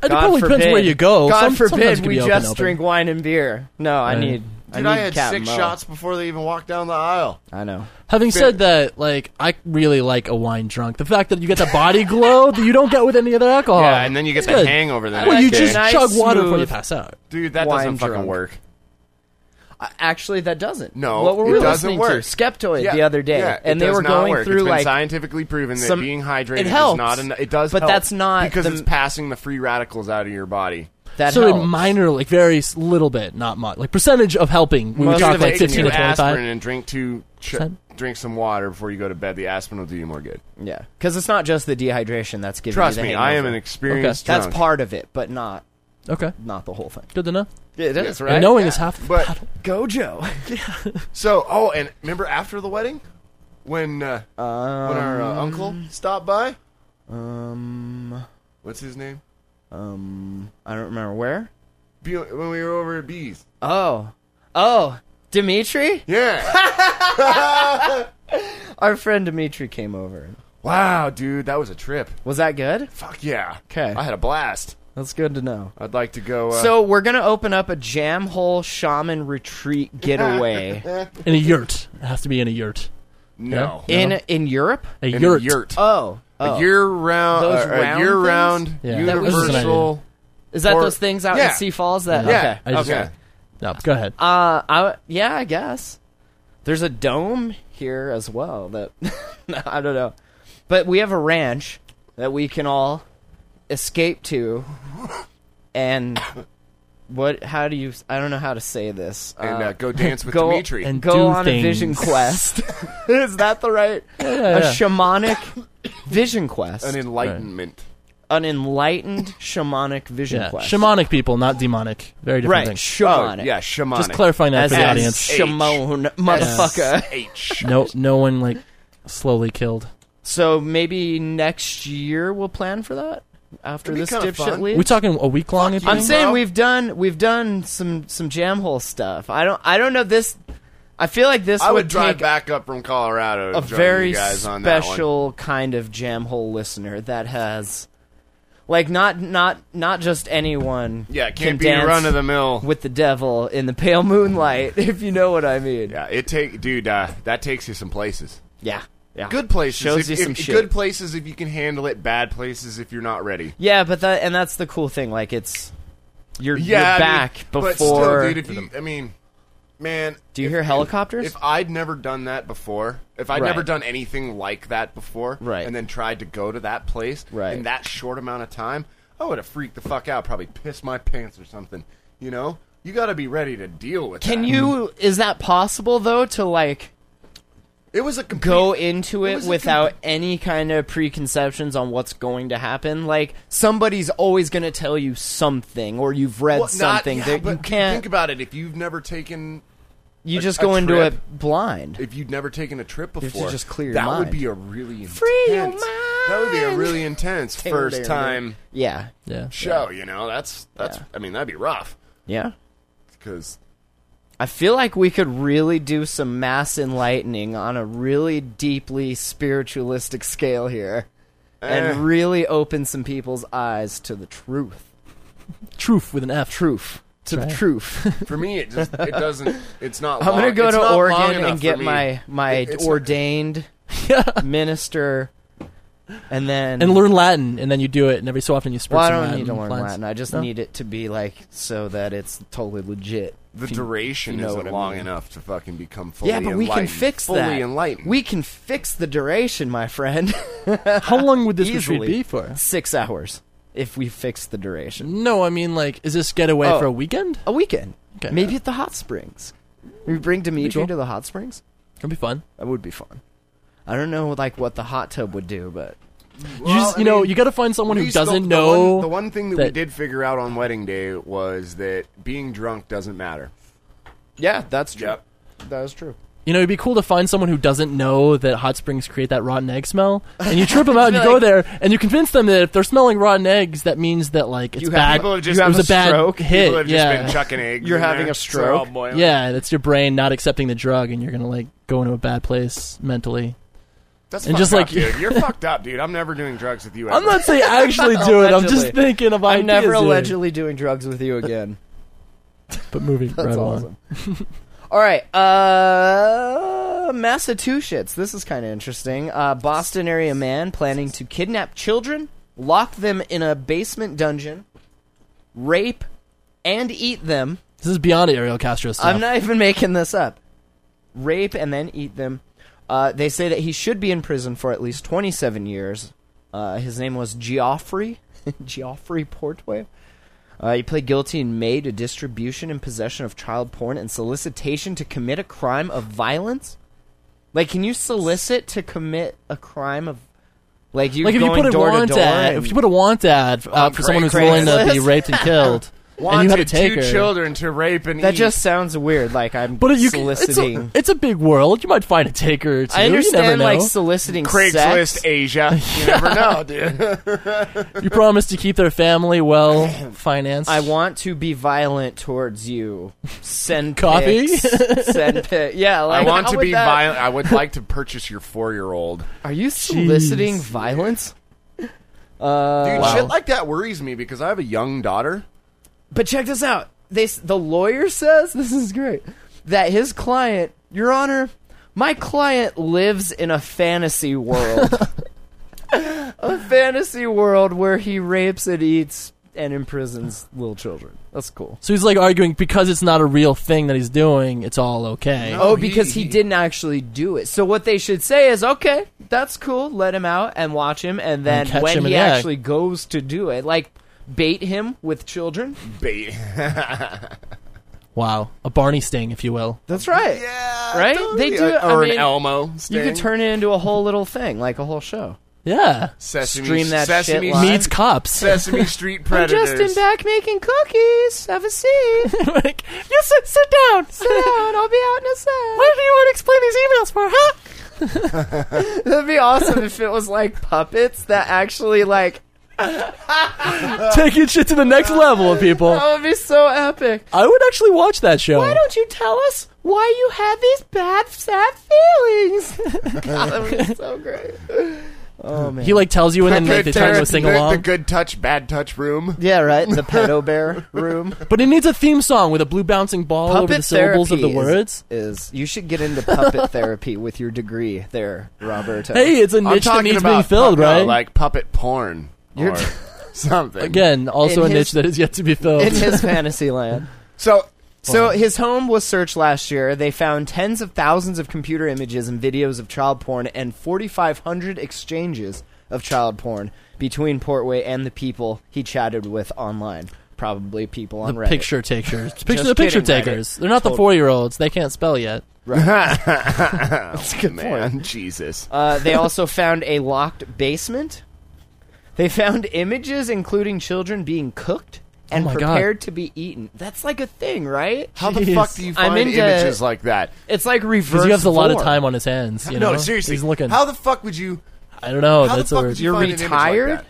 [SPEAKER 3] It probably depends where you go.
[SPEAKER 1] God
[SPEAKER 3] Some- sometimes it
[SPEAKER 1] forbid
[SPEAKER 3] could
[SPEAKER 1] we
[SPEAKER 3] be open,
[SPEAKER 1] just
[SPEAKER 3] open.
[SPEAKER 1] drink wine and beer. No, I
[SPEAKER 3] Right.
[SPEAKER 1] need. I,
[SPEAKER 2] Dude,
[SPEAKER 1] need
[SPEAKER 2] I, had
[SPEAKER 1] Captain
[SPEAKER 2] six
[SPEAKER 1] Mo.
[SPEAKER 2] shots before they even walked down the aisle.
[SPEAKER 1] I know.
[SPEAKER 3] Having said that, like I really like a wine drunk. The fact that you get the body glow that you don't get with any other alcohol.
[SPEAKER 2] yeah, and then you get
[SPEAKER 3] It's
[SPEAKER 2] the
[SPEAKER 3] good.
[SPEAKER 2] hangover the
[SPEAKER 3] Well,
[SPEAKER 2] next
[SPEAKER 3] you
[SPEAKER 2] day.
[SPEAKER 3] just
[SPEAKER 1] Nice,
[SPEAKER 3] chug water before you
[SPEAKER 1] smooth.
[SPEAKER 3] pass out.
[SPEAKER 2] Dude, that
[SPEAKER 1] wine
[SPEAKER 2] doesn't fucking
[SPEAKER 1] drunk.
[SPEAKER 2] work.
[SPEAKER 1] Uh, Actually, that doesn't.
[SPEAKER 2] No,
[SPEAKER 1] what were
[SPEAKER 2] it
[SPEAKER 1] we
[SPEAKER 2] doesn't
[SPEAKER 1] listening
[SPEAKER 2] work.
[SPEAKER 1] to? Skeptoid
[SPEAKER 2] Yeah,
[SPEAKER 1] the other day,
[SPEAKER 2] yeah, it
[SPEAKER 1] and they
[SPEAKER 2] does
[SPEAKER 1] were
[SPEAKER 2] not
[SPEAKER 1] going
[SPEAKER 2] work.
[SPEAKER 1] through
[SPEAKER 2] it's been
[SPEAKER 1] like
[SPEAKER 2] scientifically proven that
[SPEAKER 1] some-
[SPEAKER 2] being hydrated
[SPEAKER 1] it
[SPEAKER 2] is
[SPEAKER 1] helps,
[SPEAKER 2] not enough. It does,
[SPEAKER 1] but
[SPEAKER 2] help
[SPEAKER 1] that's not
[SPEAKER 2] because
[SPEAKER 1] the-
[SPEAKER 2] it's passing the free radicals out of your body.
[SPEAKER 1] that.
[SPEAKER 3] so
[SPEAKER 1] helps.
[SPEAKER 3] a minor, like very s- little bit, not much, like percentage of helping. When
[SPEAKER 1] Most
[SPEAKER 3] we talk
[SPEAKER 1] of
[SPEAKER 2] Take
[SPEAKER 3] like fifteen
[SPEAKER 2] two
[SPEAKER 3] to twenty-five.
[SPEAKER 2] aspirin and drink two, ch-
[SPEAKER 3] Percent?
[SPEAKER 2] drink some water before you go to bed. The aspirin will do you more good.
[SPEAKER 1] yeah, because it's not just the dehydration that's giving.
[SPEAKER 2] Trust
[SPEAKER 1] you the
[SPEAKER 2] me, I am
[SPEAKER 1] hangover.
[SPEAKER 2] an experienced
[SPEAKER 1] That's
[SPEAKER 2] drunk.
[SPEAKER 1] part of it, but not
[SPEAKER 3] Okay,
[SPEAKER 1] not the whole thing.
[SPEAKER 3] good to know.
[SPEAKER 1] It is
[SPEAKER 3] And knowing is half. the
[SPEAKER 2] But
[SPEAKER 1] Gojo.
[SPEAKER 2] So, oh, and remember after the wedding when uh, when our uh, uncle stopped by?
[SPEAKER 1] Um,
[SPEAKER 2] What's his name?
[SPEAKER 1] um, I don't remember where.
[SPEAKER 2] B- when we were over at Bees.
[SPEAKER 1] Oh, oh, Dimitri.
[SPEAKER 2] Yeah.
[SPEAKER 1] Our friend Dimitri came over.
[SPEAKER 2] wow, dude, that was a trip.
[SPEAKER 1] Was that good?
[SPEAKER 2] Fuck yeah.
[SPEAKER 1] 'Kay.
[SPEAKER 2] I had a blast.
[SPEAKER 3] That's good to know.
[SPEAKER 2] I'd like to go. Uh,
[SPEAKER 1] So we're gonna open up a jam hole shaman retreat getaway
[SPEAKER 3] In a yurt. It has to be in a yurt.
[SPEAKER 2] no,
[SPEAKER 1] in in Europe.
[SPEAKER 3] A
[SPEAKER 2] In
[SPEAKER 3] yurt.
[SPEAKER 2] a yurt,
[SPEAKER 1] Oh,
[SPEAKER 2] a
[SPEAKER 1] oh.
[SPEAKER 2] year round,
[SPEAKER 1] Those
[SPEAKER 2] uh,
[SPEAKER 1] round
[SPEAKER 2] a year round
[SPEAKER 3] Yeah. That was just an
[SPEAKER 2] universal.
[SPEAKER 1] is that
[SPEAKER 2] or-
[SPEAKER 1] those things out
[SPEAKER 2] yeah.
[SPEAKER 1] in Sea Falls? That
[SPEAKER 2] Yeah,
[SPEAKER 1] okay.
[SPEAKER 3] I just-
[SPEAKER 2] okay.
[SPEAKER 3] No, go ahead.
[SPEAKER 1] Uh, I, yeah, I guess. There's a dome here as well that I don't know, but we have a ranch that we can all escape to, and what? How do you? I don't know how to say this.
[SPEAKER 2] and uh, go dance with
[SPEAKER 1] go
[SPEAKER 2] Dimitri.
[SPEAKER 3] and do
[SPEAKER 1] go on a vision
[SPEAKER 3] things.
[SPEAKER 1] quest. Is that the right? a
[SPEAKER 3] yeah.
[SPEAKER 1] shamanic vision quest.
[SPEAKER 2] an enlightenment.
[SPEAKER 1] An enlightened shamanic vision
[SPEAKER 3] Yeah.
[SPEAKER 1] quest.
[SPEAKER 3] Shamanic people, not demonic. Very different
[SPEAKER 1] Right.
[SPEAKER 3] things.
[SPEAKER 1] Shamanic.
[SPEAKER 2] Oh, yeah, shamanic.
[SPEAKER 3] Just clarifying that
[SPEAKER 1] As
[SPEAKER 3] for the
[SPEAKER 1] in
[SPEAKER 3] audience.
[SPEAKER 1] Shimon, motherfucker.
[SPEAKER 2] H.
[SPEAKER 3] No, no one like slowly killed.
[SPEAKER 1] So maybe next year we'll plan for that after
[SPEAKER 2] That'd be
[SPEAKER 1] this
[SPEAKER 2] kinda
[SPEAKER 1] dipshit
[SPEAKER 2] fun.
[SPEAKER 1] leaves.
[SPEAKER 3] We talking a week long?
[SPEAKER 1] I'm saying
[SPEAKER 2] bro.
[SPEAKER 1] we've done we've done some some jam hole stuff. I don't I don't know this. I feel like this
[SPEAKER 2] I would
[SPEAKER 1] would
[SPEAKER 2] drive
[SPEAKER 1] take
[SPEAKER 2] back up from Colorado. To
[SPEAKER 1] a
[SPEAKER 2] join you
[SPEAKER 1] very
[SPEAKER 2] guys on that one.
[SPEAKER 1] special kind of jam hole listener that has like not not not just anyone.
[SPEAKER 2] Yeah, it
[SPEAKER 1] can
[SPEAKER 2] can't be
[SPEAKER 1] dance
[SPEAKER 2] run of the mill.
[SPEAKER 1] with the devil in the pale moonlight, if you know what I mean.
[SPEAKER 2] Yeah, it take dude. Uh, that takes you some places.
[SPEAKER 1] yeah. yeah.
[SPEAKER 2] Good places.
[SPEAKER 1] Shows
[SPEAKER 2] if,
[SPEAKER 1] you
[SPEAKER 2] if-
[SPEAKER 1] some shit.
[SPEAKER 2] Good places if you can handle it. Bad places if you're not ready.
[SPEAKER 1] Yeah, but that and that's the cool thing. Like it's you're,
[SPEAKER 2] Yeah, I
[SPEAKER 1] you're
[SPEAKER 2] mean,
[SPEAKER 1] back
[SPEAKER 2] But
[SPEAKER 1] before.
[SPEAKER 2] still, dude, if you, I mean, man,
[SPEAKER 1] Do you
[SPEAKER 2] if-
[SPEAKER 1] hear
[SPEAKER 2] if-
[SPEAKER 1] helicopters?
[SPEAKER 2] If I'd never done that before, if I'd
[SPEAKER 1] Right.
[SPEAKER 2] never done anything like that before,
[SPEAKER 1] Right.
[SPEAKER 2] and then tried to go to that place
[SPEAKER 1] Right.
[SPEAKER 2] in that short amount of time, I would have freaked the fuck out, probably pissed my pants or something. You know, you got to be ready to deal with.
[SPEAKER 1] Can
[SPEAKER 2] that.
[SPEAKER 1] you? Is that possible though? To like
[SPEAKER 2] It was a complete,
[SPEAKER 1] go into it
[SPEAKER 2] was a
[SPEAKER 1] without any kind of preconceptions on what's going to happen. Like somebody's always going to tell you something, or you've read
[SPEAKER 2] Well, not-
[SPEAKER 1] something
[SPEAKER 2] yeah,
[SPEAKER 1] that
[SPEAKER 2] but
[SPEAKER 1] you can't.
[SPEAKER 2] think about it. If you've never taken
[SPEAKER 1] you
[SPEAKER 2] a-
[SPEAKER 1] just
[SPEAKER 2] a
[SPEAKER 1] go into
[SPEAKER 2] trip.
[SPEAKER 1] it blind.
[SPEAKER 2] if you'd never taken a trip
[SPEAKER 1] to
[SPEAKER 2] before,
[SPEAKER 1] just clear your
[SPEAKER 2] that
[SPEAKER 1] mind.
[SPEAKER 2] would be a really intense,
[SPEAKER 1] Free your
[SPEAKER 2] That would be a
[SPEAKER 1] mind.
[SPEAKER 2] really intense first time
[SPEAKER 1] Yeah.
[SPEAKER 3] Yeah.
[SPEAKER 2] show. You know, that's that's. I mean, that'd be rough
[SPEAKER 1] Yeah.
[SPEAKER 2] because
[SPEAKER 1] I feel like we could really do some mass enlightening on a really deeply spiritualistic scale here
[SPEAKER 2] Eh.
[SPEAKER 1] and really open some people's eyes to the truth.
[SPEAKER 3] Truth with an F.
[SPEAKER 1] Truth. To the truth.
[SPEAKER 2] for me, it just it doesn't. It's not.
[SPEAKER 1] I'm
[SPEAKER 2] long,
[SPEAKER 1] gonna go
[SPEAKER 2] it's
[SPEAKER 1] to
[SPEAKER 2] not long
[SPEAKER 1] Oregon
[SPEAKER 2] enough
[SPEAKER 1] and
[SPEAKER 2] for
[SPEAKER 1] get
[SPEAKER 2] me.
[SPEAKER 1] my my
[SPEAKER 2] It- it's-
[SPEAKER 1] ordained minister, and then
[SPEAKER 3] And learn Latin, and then you do it, and every so often you spread
[SPEAKER 1] well, I
[SPEAKER 3] some
[SPEAKER 1] don't
[SPEAKER 3] Latin
[SPEAKER 1] need to learn
[SPEAKER 3] lines.
[SPEAKER 1] Latin. I just
[SPEAKER 3] No?
[SPEAKER 1] need it to be like so that it's totally legit.
[SPEAKER 2] The duration
[SPEAKER 1] you know what I
[SPEAKER 2] isn't long
[SPEAKER 1] mean.
[SPEAKER 2] enough to fucking become fully.
[SPEAKER 1] Yeah, but we can
[SPEAKER 2] enlightened,
[SPEAKER 1] fix
[SPEAKER 2] fully
[SPEAKER 1] that.
[SPEAKER 2] enlightened.
[SPEAKER 1] We can fix the duration, my friend.
[SPEAKER 3] How long would this retreat
[SPEAKER 1] Easily
[SPEAKER 3] be for?
[SPEAKER 1] six hours if we fix the duration.
[SPEAKER 3] No, I mean like, is this getaway
[SPEAKER 1] Oh.
[SPEAKER 3] for a weekend?
[SPEAKER 1] A weekend,
[SPEAKER 3] Okay.
[SPEAKER 1] maybe at the hot springs. We bring Dimitri
[SPEAKER 3] cool.
[SPEAKER 1] to the hot springs.
[SPEAKER 3] It'll be fun.
[SPEAKER 1] That would be fun. I don't know, like what the hot tub would do, but
[SPEAKER 2] Well,
[SPEAKER 3] you just,
[SPEAKER 2] I
[SPEAKER 3] you know,
[SPEAKER 2] mean,
[SPEAKER 3] you got to find someone
[SPEAKER 2] at
[SPEAKER 3] who
[SPEAKER 2] least the-
[SPEAKER 3] doesn't
[SPEAKER 2] the
[SPEAKER 3] know.
[SPEAKER 2] one- the one thing that, we
[SPEAKER 3] that-
[SPEAKER 2] did figure out on wedding day was that being drunk doesn't matter.
[SPEAKER 1] yeah, that's true.
[SPEAKER 2] Yep.
[SPEAKER 1] That is true.
[SPEAKER 3] You know, it'd be cool to find someone who doesn't know that hot springs create that rotten egg smell, and you trip them out, and you go
[SPEAKER 1] Like-
[SPEAKER 3] there, and you convince them that if they're smelling rotten eggs, that means that like it's
[SPEAKER 1] You have-
[SPEAKER 3] bad.
[SPEAKER 2] people have just-
[SPEAKER 3] it was
[SPEAKER 2] have
[SPEAKER 3] a
[SPEAKER 2] a
[SPEAKER 3] bad
[SPEAKER 1] stroke.
[SPEAKER 3] hit.
[SPEAKER 2] People have just
[SPEAKER 3] yeah,
[SPEAKER 2] been chucking eggs.
[SPEAKER 1] You're
[SPEAKER 2] in
[SPEAKER 1] having
[SPEAKER 2] there.
[SPEAKER 1] a stroke.
[SPEAKER 2] So, boy,
[SPEAKER 3] yeah, that's your brain not accepting the drug, and you're gonna like go into a bad place mentally.
[SPEAKER 2] That's
[SPEAKER 3] And
[SPEAKER 2] fucked
[SPEAKER 3] just
[SPEAKER 2] up,
[SPEAKER 3] like-
[SPEAKER 2] dude. you're fucked up, dude. I'm never doing drugs with you.
[SPEAKER 3] I'm
[SPEAKER 2] ever.
[SPEAKER 3] not saying actually do it. I'm just
[SPEAKER 1] Allegedly.
[SPEAKER 3] thinking of
[SPEAKER 1] I'm
[SPEAKER 3] ideas.
[SPEAKER 1] never
[SPEAKER 3] here.
[SPEAKER 1] allegedly doing drugs with you again.
[SPEAKER 3] but moving right
[SPEAKER 1] That's
[SPEAKER 3] along.
[SPEAKER 1] awesome. All right, uh, Massachusetts. This is kind of interesting. Uh, Boston area man planning to kidnap children, lock them in a basement dungeon, rape, and eat them.
[SPEAKER 3] This is beyond Ariel Castro stuff.
[SPEAKER 1] I'm not even making this up. Rape and then eat them. Uh, they say that he should be in prison for at least 27 years. Uh, his name was Geoffrey. Geoffrey Portway. Uh, he pled guilty in May to distribution and possession of child porn and solicitation to commit a crime of violence. Like, can you solicit to commit a crime of, like, you're
[SPEAKER 3] like if you
[SPEAKER 1] going
[SPEAKER 3] put a
[SPEAKER 1] door
[SPEAKER 3] want
[SPEAKER 1] to door?
[SPEAKER 3] ad,
[SPEAKER 1] and- Oh,
[SPEAKER 3] if you put a want ad out for someone who's
[SPEAKER 1] Craigslist.
[SPEAKER 3] willing to be raped and killed, and you
[SPEAKER 2] Wanted
[SPEAKER 3] had to take
[SPEAKER 2] two
[SPEAKER 3] her,
[SPEAKER 2] children to rape and
[SPEAKER 1] that
[SPEAKER 2] eat.
[SPEAKER 1] just sounds weird. Like I'm
[SPEAKER 3] But you can, it's,
[SPEAKER 1] soliciting.
[SPEAKER 3] a, it's a big world. You might find a taker or two.
[SPEAKER 1] I
[SPEAKER 3] you never
[SPEAKER 1] understand,
[SPEAKER 3] know.
[SPEAKER 1] like soliciting
[SPEAKER 2] Craigslist
[SPEAKER 1] sex.
[SPEAKER 2] Asia. You never know, dude.
[SPEAKER 3] you promise to keep their family well financed.
[SPEAKER 1] I want to be violent towards you. Send
[SPEAKER 3] Coffee?
[SPEAKER 1] pics. Send pic. Yeah,
[SPEAKER 2] I
[SPEAKER 1] like,
[SPEAKER 2] want
[SPEAKER 1] how
[SPEAKER 2] to
[SPEAKER 1] would
[SPEAKER 2] be
[SPEAKER 1] that-
[SPEAKER 2] violent. I would like to purchase your four year old.
[SPEAKER 1] Are you soliciting violence? Uh,
[SPEAKER 2] Dude,
[SPEAKER 3] Wow.
[SPEAKER 2] shit like that worries me because I have a young daughter.
[SPEAKER 1] But check this out. They s- the lawyer says this is great that his client, Your Honor, my client lives in a fantasy world, a fantasy world where he rapes and eats and imprisons little children. That's cool.
[SPEAKER 3] So he's like arguing because it's not a real thing that he's doing, it's all okay.
[SPEAKER 2] No.
[SPEAKER 1] Oh,
[SPEAKER 2] he-
[SPEAKER 1] because he,
[SPEAKER 2] he-
[SPEAKER 1] didn't actually do it. So what they should say is, okay, that's cool. Let him out and watch him, and then
[SPEAKER 3] catch
[SPEAKER 1] when
[SPEAKER 3] him
[SPEAKER 1] he
[SPEAKER 3] in the act.
[SPEAKER 1] actually goes to do it, like bait him with children.
[SPEAKER 2] Bait.
[SPEAKER 3] Wow, a Barney sting, if you will.
[SPEAKER 1] That's right.
[SPEAKER 2] yeah,
[SPEAKER 1] Right?
[SPEAKER 2] totally.
[SPEAKER 1] They do-
[SPEAKER 2] Or
[SPEAKER 1] I
[SPEAKER 2] or
[SPEAKER 1] mean,
[SPEAKER 2] an Elmo. Sting.
[SPEAKER 1] You could turn it into a whole little thing, like a whole show.
[SPEAKER 3] Yeah,
[SPEAKER 2] Sesame,
[SPEAKER 1] stream that
[SPEAKER 2] Sesame
[SPEAKER 1] shit live.
[SPEAKER 3] meets cops.
[SPEAKER 2] Sesame Street Predators.
[SPEAKER 1] I'm Justin back making cookies. Have a seat.
[SPEAKER 3] like, you sit, sit down.
[SPEAKER 1] Sit down. I'll be out in a sec.
[SPEAKER 3] What do you want to explain these emails for, huh?
[SPEAKER 1] That'd be awesome if it was like puppets that actually like.
[SPEAKER 3] Taking shit to the next level, people.
[SPEAKER 1] That would be so epic.
[SPEAKER 3] I would actually watch that show.
[SPEAKER 1] Why don't you tell us why you had these bad, sad feelings? God, that would be so great. Oh man.
[SPEAKER 3] he like tells you and then they,
[SPEAKER 2] Good
[SPEAKER 3] they try to
[SPEAKER 2] touch-
[SPEAKER 3] sing
[SPEAKER 2] the- The
[SPEAKER 3] along.
[SPEAKER 2] good touch, bad touch room.
[SPEAKER 1] yeah, right. The pedo bear room
[SPEAKER 3] But it needs a theme song with a blue bouncing ball over the
[SPEAKER 1] puppet
[SPEAKER 3] syllables
[SPEAKER 1] therapy
[SPEAKER 3] of the
[SPEAKER 1] is-
[SPEAKER 3] words.
[SPEAKER 1] is, you should get into puppet therapy with your degree there, Roberto.
[SPEAKER 3] Hey, it's a
[SPEAKER 2] I'm
[SPEAKER 3] niche that
[SPEAKER 2] talking
[SPEAKER 3] needs
[SPEAKER 2] about
[SPEAKER 3] being filled,
[SPEAKER 2] pu- no,
[SPEAKER 3] right?
[SPEAKER 2] like puppet porn
[SPEAKER 1] You're-
[SPEAKER 2] or something.
[SPEAKER 3] Again, also
[SPEAKER 1] In
[SPEAKER 3] a
[SPEAKER 1] his-
[SPEAKER 3] niche that is yet to be filled.
[SPEAKER 1] in his fantasy land.
[SPEAKER 2] So
[SPEAKER 1] So his home was searched last year. They found tens of thousands of computer images and videos of child porn and 4,500 exchanges of child porn between Portway and the people he chatted with online. Probably people on
[SPEAKER 3] the
[SPEAKER 1] Reddit.
[SPEAKER 3] picture takers. Picture,
[SPEAKER 1] Just
[SPEAKER 3] the picture
[SPEAKER 1] kidding, Reddit.
[SPEAKER 3] takers. They're not the four year olds. They can't spell yet.
[SPEAKER 2] that's
[SPEAKER 1] a good
[SPEAKER 2] man, Jesus.
[SPEAKER 1] Uh, they also found a locked basement. They found images including children being cooked and
[SPEAKER 3] my God.
[SPEAKER 1] prepared to be eaten. That's like a thing, right?
[SPEAKER 2] How the
[SPEAKER 3] Jeez.
[SPEAKER 2] fuck do you
[SPEAKER 1] I'm
[SPEAKER 2] find
[SPEAKER 1] into-
[SPEAKER 2] images like that?
[SPEAKER 1] It's like reverse.
[SPEAKER 3] Because he has a lot of
[SPEAKER 1] vor.
[SPEAKER 3] time on his hands. You know?
[SPEAKER 2] no, seriously.
[SPEAKER 3] He's looking.
[SPEAKER 2] How the fuck would you?
[SPEAKER 3] I don't know.
[SPEAKER 2] How
[SPEAKER 3] That's
[SPEAKER 2] the fuck
[SPEAKER 3] a,
[SPEAKER 2] would you
[SPEAKER 1] Oh, You're
[SPEAKER 2] find an image like
[SPEAKER 1] retired?
[SPEAKER 2] that?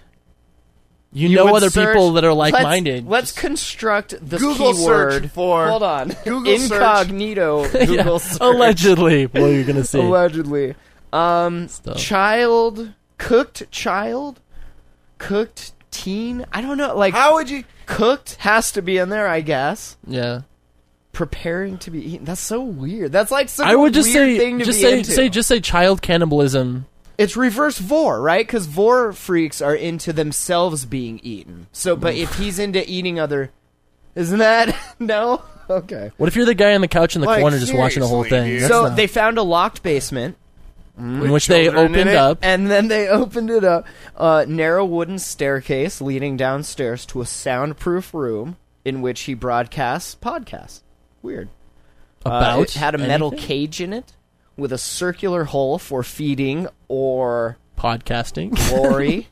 [SPEAKER 3] you,
[SPEAKER 1] You
[SPEAKER 3] know
[SPEAKER 1] would
[SPEAKER 3] other
[SPEAKER 1] search-
[SPEAKER 3] people that are like
[SPEAKER 1] let's-
[SPEAKER 3] minded.
[SPEAKER 1] Let's construct the
[SPEAKER 2] Google
[SPEAKER 1] keyword
[SPEAKER 2] search for-
[SPEAKER 1] Hold on.
[SPEAKER 2] Google search-
[SPEAKER 1] incognito
[SPEAKER 3] Yeah.
[SPEAKER 1] Google search.
[SPEAKER 3] Allegedly, what you're gonna see.
[SPEAKER 1] Allegedly. Um
[SPEAKER 3] Stuff.
[SPEAKER 1] child cooked child cooked teen. I don't know like
[SPEAKER 2] How would you?
[SPEAKER 1] cooked has to be in there, I guess.
[SPEAKER 3] yeah,
[SPEAKER 1] Preparing to be eaten. That's so weird. That's like some
[SPEAKER 3] I would just
[SPEAKER 1] weird
[SPEAKER 3] say,
[SPEAKER 1] thing to
[SPEAKER 3] just
[SPEAKER 1] be
[SPEAKER 3] say,
[SPEAKER 1] into.
[SPEAKER 3] say, just say, child cannibalism.
[SPEAKER 1] It's reverse vor, right? Because vor freaks are into themselves being eaten. So, but if he's into eating other, isn't that no? Okay.
[SPEAKER 3] What if you're the guy on the couch in the
[SPEAKER 2] Like,
[SPEAKER 3] corner just watching the whole
[SPEAKER 2] seriously,
[SPEAKER 3] thing?
[SPEAKER 2] dude.
[SPEAKER 3] That's
[SPEAKER 1] so
[SPEAKER 3] not-
[SPEAKER 1] they found a locked basement,
[SPEAKER 3] in which they
[SPEAKER 2] children in
[SPEAKER 3] opened
[SPEAKER 2] it.
[SPEAKER 3] up.
[SPEAKER 1] and then they opened it up. A narrow wooden staircase leading downstairs to a soundproof room in which he broadcasts podcasts. Weird.
[SPEAKER 3] about
[SPEAKER 1] Uh, it had a metal
[SPEAKER 3] anything?
[SPEAKER 1] cage in it with a circular hole for feeding or
[SPEAKER 3] podcasting.
[SPEAKER 1] glory.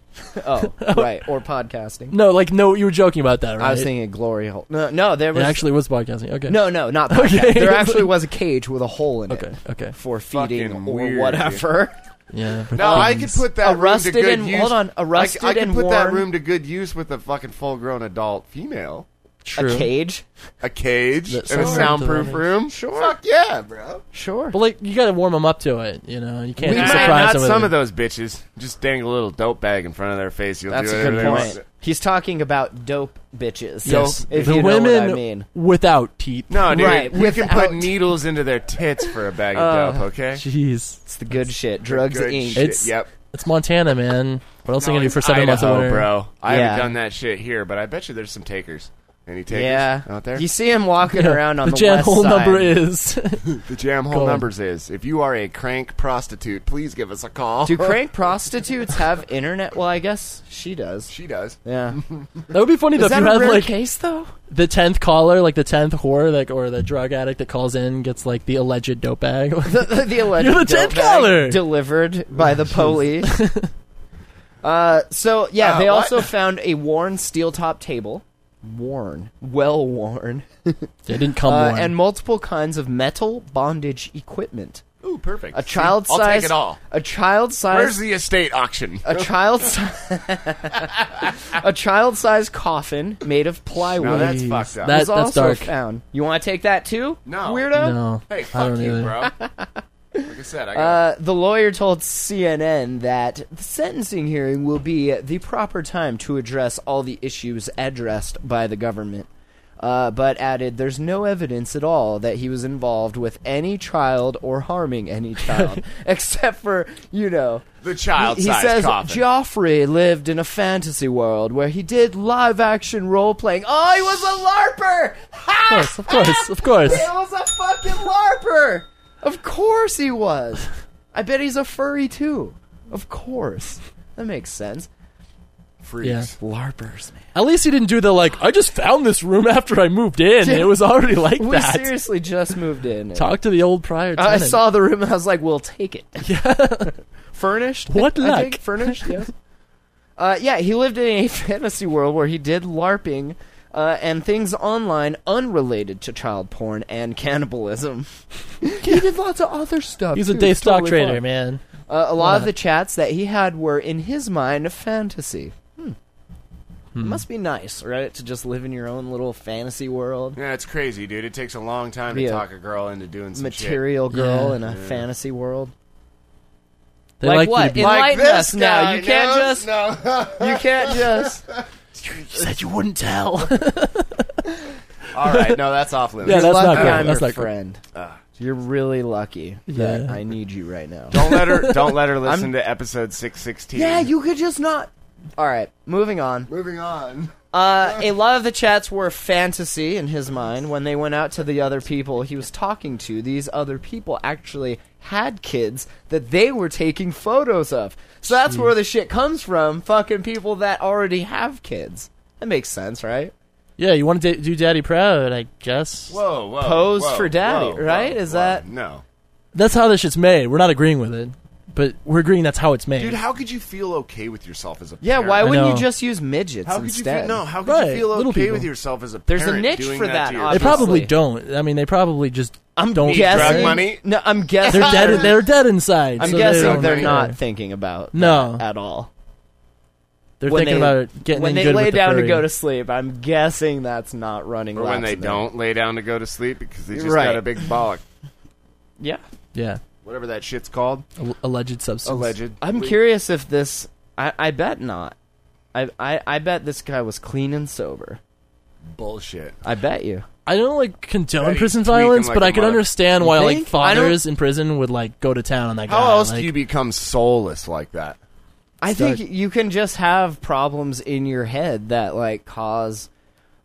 [SPEAKER 1] oh, right, or podcasting.
[SPEAKER 3] no, like no, you were joking about that, right?
[SPEAKER 1] I was thinking a glory hole. No, no, there
[SPEAKER 3] it
[SPEAKER 1] was
[SPEAKER 3] actually was podcasting. Okay,
[SPEAKER 1] no, no, not
[SPEAKER 3] Okay.
[SPEAKER 1] okay. There actually was a cage with a hole in it.
[SPEAKER 3] okay, okay,
[SPEAKER 1] For feeding
[SPEAKER 2] Fucking
[SPEAKER 1] or
[SPEAKER 2] weird,
[SPEAKER 1] whatever.
[SPEAKER 3] yeah.
[SPEAKER 2] No, I could put that
[SPEAKER 1] Oh, Arrested
[SPEAKER 2] room to good
[SPEAKER 1] and-
[SPEAKER 2] use.
[SPEAKER 1] hold on, arrested
[SPEAKER 2] I, I could
[SPEAKER 1] and
[SPEAKER 2] put that
[SPEAKER 1] worn.
[SPEAKER 2] room to good use with a fucking full-grown adult female,
[SPEAKER 3] true.
[SPEAKER 1] A cage.
[SPEAKER 2] a cage,
[SPEAKER 3] That
[SPEAKER 2] and a
[SPEAKER 3] sounds
[SPEAKER 2] soundproof
[SPEAKER 3] right.
[SPEAKER 2] room. Sure, fuck yeah, bro.
[SPEAKER 1] Sure.
[SPEAKER 3] But like, you got to warm them up to it. You know, you can't
[SPEAKER 1] We
[SPEAKER 3] just
[SPEAKER 1] might
[SPEAKER 3] surprise
[SPEAKER 2] not
[SPEAKER 3] them. with
[SPEAKER 2] some
[SPEAKER 3] it.
[SPEAKER 2] of those bitches. Just dangle a little dope bag in front of their face. You'll
[SPEAKER 1] That's
[SPEAKER 2] do
[SPEAKER 1] a good
[SPEAKER 2] whatever they
[SPEAKER 1] point.
[SPEAKER 2] want.
[SPEAKER 1] He's talking about dope bitches.
[SPEAKER 3] Yes,
[SPEAKER 1] If
[SPEAKER 3] the
[SPEAKER 1] you know
[SPEAKER 3] women
[SPEAKER 1] what I mean.
[SPEAKER 3] without teeth.
[SPEAKER 2] No, dude,
[SPEAKER 1] Right,
[SPEAKER 2] you can
[SPEAKER 1] without- Uh,
[SPEAKER 2] put needles into their tits for a bag of dope. Okay,
[SPEAKER 3] Jeez,
[SPEAKER 1] It's the good shit. Drugs
[SPEAKER 2] Good
[SPEAKER 1] Inc.
[SPEAKER 2] shit,
[SPEAKER 3] It's-
[SPEAKER 2] Yep.
[SPEAKER 3] it's Montana, man. What else are you gonna do
[SPEAKER 2] it's
[SPEAKER 3] for seven months of
[SPEAKER 2] Idaho,
[SPEAKER 3] winter?
[SPEAKER 2] bro. I
[SPEAKER 1] Yeah.
[SPEAKER 2] haven't done that shit here, but I bet you there's some takers. Any takers
[SPEAKER 1] Yeah.
[SPEAKER 2] out there?
[SPEAKER 1] You see him walking
[SPEAKER 3] Yeah,
[SPEAKER 1] around on the,
[SPEAKER 3] jam
[SPEAKER 1] west
[SPEAKER 3] hole
[SPEAKER 1] side.
[SPEAKER 3] number is
[SPEAKER 2] the jam
[SPEAKER 3] Go
[SPEAKER 2] hole
[SPEAKER 3] on.
[SPEAKER 2] numbers is if you are a crank prostitute, please give us a call.
[SPEAKER 1] Do crank prostitutes have internet? Well, I guess she does.
[SPEAKER 2] she does.
[SPEAKER 1] Yeah.
[SPEAKER 3] that would be funny though
[SPEAKER 1] Is
[SPEAKER 3] if
[SPEAKER 1] that
[SPEAKER 3] you
[SPEAKER 1] a
[SPEAKER 3] had
[SPEAKER 1] rare
[SPEAKER 3] like
[SPEAKER 1] case though?
[SPEAKER 3] the tenth caller, like the tenth whore, like or the drug addict that calls in gets like the alleged dope bag.
[SPEAKER 1] the, the alleged
[SPEAKER 3] You're the
[SPEAKER 1] dope
[SPEAKER 3] tenth
[SPEAKER 1] bag
[SPEAKER 3] caller.
[SPEAKER 1] delivered by the police. uh, so yeah,
[SPEAKER 2] Uh,
[SPEAKER 1] they
[SPEAKER 2] what?
[SPEAKER 1] also found a worn steel top table, worn, well worn,
[SPEAKER 3] they didn't come
[SPEAKER 1] uh,
[SPEAKER 3] warm.
[SPEAKER 1] and multiple kinds of metal bondage equipment.
[SPEAKER 2] Ooh, perfect.
[SPEAKER 1] A child
[SPEAKER 2] I'll
[SPEAKER 1] size. Uh,
[SPEAKER 2] take it all.
[SPEAKER 1] A child
[SPEAKER 2] Where's
[SPEAKER 1] size.
[SPEAKER 2] the estate auction?
[SPEAKER 1] a child size. a child size coffin made of plywood.
[SPEAKER 2] No, that's
[SPEAKER 3] Jeez,
[SPEAKER 2] fucked up.
[SPEAKER 3] that-
[SPEAKER 1] was
[SPEAKER 3] that's
[SPEAKER 1] also
[SPEAKER 3] dark.
[SPEAKER 1] found. You want to take that too?
[SPEAKER 2] No.
[SPEAKER 1] Weirdo.
[SPEAKER 3] no,
[SPEAKER 2] hey,
[SPEAKER 3] I
[SPEAKER 2] fuck
[SPEAKER 3] don't
[SPEAKER 2] you,
[SPEAKER 3] either.
[SPEAKER 2] bro. Like I said, I got
[SPEAKER 1] Uh, the lawyer told CNN that the sentencing hearing will be the proper time to address all the issues addressed by the government, uh, but added there's no evidence at all that he was involved with any child or harming any child, except for, you know.
[SPEAKER 2] the child
[SPEAKER 1] He, he says Joffrey lived in a fantasy world where he did live action role playing. Oh, he was a LARPer! Ha!
[SPEAKER 3] course, of course, of course.
[SPEAKER 1] He was a fucking LARPer. Of course he was. I bet he's a furry too. Of course. That makes sense.
[SPEAKER 2] freaks.
[SPEAKER 3] Yeah.
[SPEAKER 1] LARPers, man.
[SPEAKER 3] At least he didn't do the like. I just found this room after I moved in. It was already like
[SPEAKER 1] We
[SPEAKER 3] that.
[SPEAKER 1] seriously just moved in. and
[SPEAKER 3] Talk to the old prior.
[SPEAKER 1] I
[SPEAKER 3] Tenant.
[SPEAKER 1] saw the room and I was like, we'll take it. Yeah. Furnished?
[SPEAKER 3] What
[SPEAKER 1] I think.
[SPEAKER 3] luck.
[SPEAKER 1] Furnished, yes. Uh, yeah, he lived in a fantasy world where he did LARPing uh, and things online unrelated to child porn and cannibalism. he did lots of other stuff.
[SPEAKER 3] He's a
[SPEAKER 1] too.
[SPEAKER 3] day
[SPEAKER 1] It's
[SPEAKER 3] stock
[SPEAKER 1] totally
[SPEAKER 3] trader,
[SPEAKER 1] fine.
[SPEAKER 3] man.
[SPEAKER 1] Uh, a lot of
[SPEAKER 3] Wow.
[SPEAKER 1] the chats that he had were, in his mind, a fantasy. Hmm. It must be nice, right, to just live in your own little fantasy world.
[SPEAKER 2] Yeah, it's crazy, dude. It takes a long time to
[SPEAKER 1] Yeah.
[SPEAKER 2] talk a girl into doing some
[SPEAKER 1] Material girl
[SPEAKER 3] Yeah.
[SPEAKER 1] in a fantasy world.
[SPEAKER 3] They
[SPEAKER 1] like,
[SPEAKER 3] like, you to
[SPEAKER 1] what?
[SPEAKER 3] be-
[SPEAKER 2] shit.
[SPEAKER 1] Enlighten
[SPEAKER 2] this
[SPEAKER 1] us now.
[SPEAKER 2] guy,
[SPEAKER 1] You can't
[SPEAKER 2] no,
[SPEAKER 1] just.
[SPEAKER 2] No.
[SPEAKER 1] You can't just.
[SPEAKER 3] you said you wouldn't tell.
[SPEAKER 2] All right, no, that's off limits.
[SPEAKER 3] Yeah, that's
[SPEAKER 1] lucky
[SPEAKER 3] not good.
[SPEAKER 1] I'm
[SPEAKER 3] That's
[SPEAKER 1] your
[SPEAKER 3] not good.
[SPEAKER 1] friend.
[SPEAKER 2] Ah.
[SPEAKER 1] You're really lucky that I need you right now.
[SPEAKER 2] Don't let her. Don't let her listen to episode six sixteen.
[SPEAKER 1] Yeah, you could just not. All right, moving on.
[SPEAKER 2] Moving on.
[SPEAKER 1] Uh, a lot of the chats were fantasy in his mind when they went out to the other people he was talking to. These other people actually had kids that they were taking photos of. So that's where the shit comes from. Fucking people that already have kids. That makes sense, right?
[SPEAKER 3] yeah, you want to do Daddy Proud, I guess.
[SPEAKER 2] Whoa, whoa.
[SPEAKER 1] Pose
[SPEAKER 2] whoa,
[SPEAKER 1] for daddy,
[SPEAKER 2] whoa,
[SPEAKER 1] right?
[SPEAKER 2] whoa,
[SPEAKER 1] Is
[SPEAKER 2] whoa.
[SPEAKER 1] that-
[SPEAKER 2] no?
[SPEAKER 3] That's how this shit's made. We're not agreeing with it, but we're agreeing that's how it's made.
[SPEAKER 2] Dude, how could you feel okay with yourself as a
[SPEAKER 1] Yeah,
[SPEAKER 2] parent?
[SPEAKER 1] why wouldn't you
[SPEAKER 3] know.
[SPEAKER 1] just use midgets
[SPEAKER 2] How could
[SPEAKER 1] instead?
[SPEAKER 2] you feel, no? How could
[SPEAKER 3] Right,
[SPEAKER 2] you feel
[SPEAKER 3] little
[SPEAKER 2] okay
[SPEAKER 3] people.
[SPEAKER 2] with yourself as a
[SPEAKER 1] There's a
[SPEAKER 2] parent
[SPEAKER 1] niche
[SPEAKER 2] doing
[SPEAKER 1] for that,
[SPEAKER 2] to
[SPEAKER 3] they
[SPEAKER 2] yourself?
[SPEAKER 3] probably
[SPEAKER 1] obviously.
[SPEAKER 3] don't. I mean, they probably just
[SPEAKER 1] I'm
[SPEAKER 3] don't.
[SPEAKER 1] guessing.
[SPEAKER 2] Drug money?
[SPEAKER 1] No, I'm guessing.
[SPEAKER 3] They're dead. They're dead inside.
[SPEAKER 1] I'm
[SPEAKER 3] so
[SPEAKER 1] guessing
[SPEAKER 3] they
[SPEAKER 1] they're,
[SPEAKER 3] don't care.
[SPEAKER 1] not thinking about
[SPEAKER 3] No.
[SPEAKER 1] that at all.
[SPEAKER 3] They're
[SPEAKER 1] When
[SPEAKER 3] thinking
[SPEAKER 1] they-
[SPEAKER 3] about getting
[SPEAKER 1] when
[SPEAKER 3] in
[SPEAKER 1] they
[SPEAKER 3] good
[SPEAKER 1] lay
[SPEAKER 3] with the
[SPEAKER 1] down to
[SPEAKER 3] furry.
[SPEAKER 1] go to sleep. I'm guessing that's not running.
[SPEAKER 2] Or when
[SPEAKER 1] laps
[SPEAKER 2] they
[SPEAKER 1] in there.
[SPEAKER 2] don't lay down to go to sleep because they just
[SPEAKER 1] Right.
[SPEAKER 2] got a big bollock,
[SPEAKER 1] Yeah,
[SPEAKER 3] Yeah,
[SPEAKER 2] whatever that shit's called,
[SPEAKER 3] Al- alleged substance.
[SPEAKER 2] alleged.
[SPEAKER 1] I'm curious if this. I, I bet not. I, I I bet this guy was clean and sober.
[SPEAKER 2] bullshit.
[SPEAKER 1] I bet you.
[SPEAKER 3] I don't like condone
[SPEAKER 2] Daddy's
[SPEAKER 3] prison
[SPEAKER 2] tweaking
[SPEAKER 3] violence,
[SPEAKER 2] like
[SPEAKER 3] but
[SPEAKER 2] a
[SPEAKER 3] I can
[SPEAKER 2] mother-
[SPEAKER 3] understand why like
[SPEAKER 1] think? I don't-
[SPEAKER 3] fathers in prison would like go to town on that guy.
[SPEAKER 2] How else
[SPEAKER 3] like,
[SPEAKER 2] do you become soulless like that?
[SPEAKER 1] I think you can just have problems in your head that like cause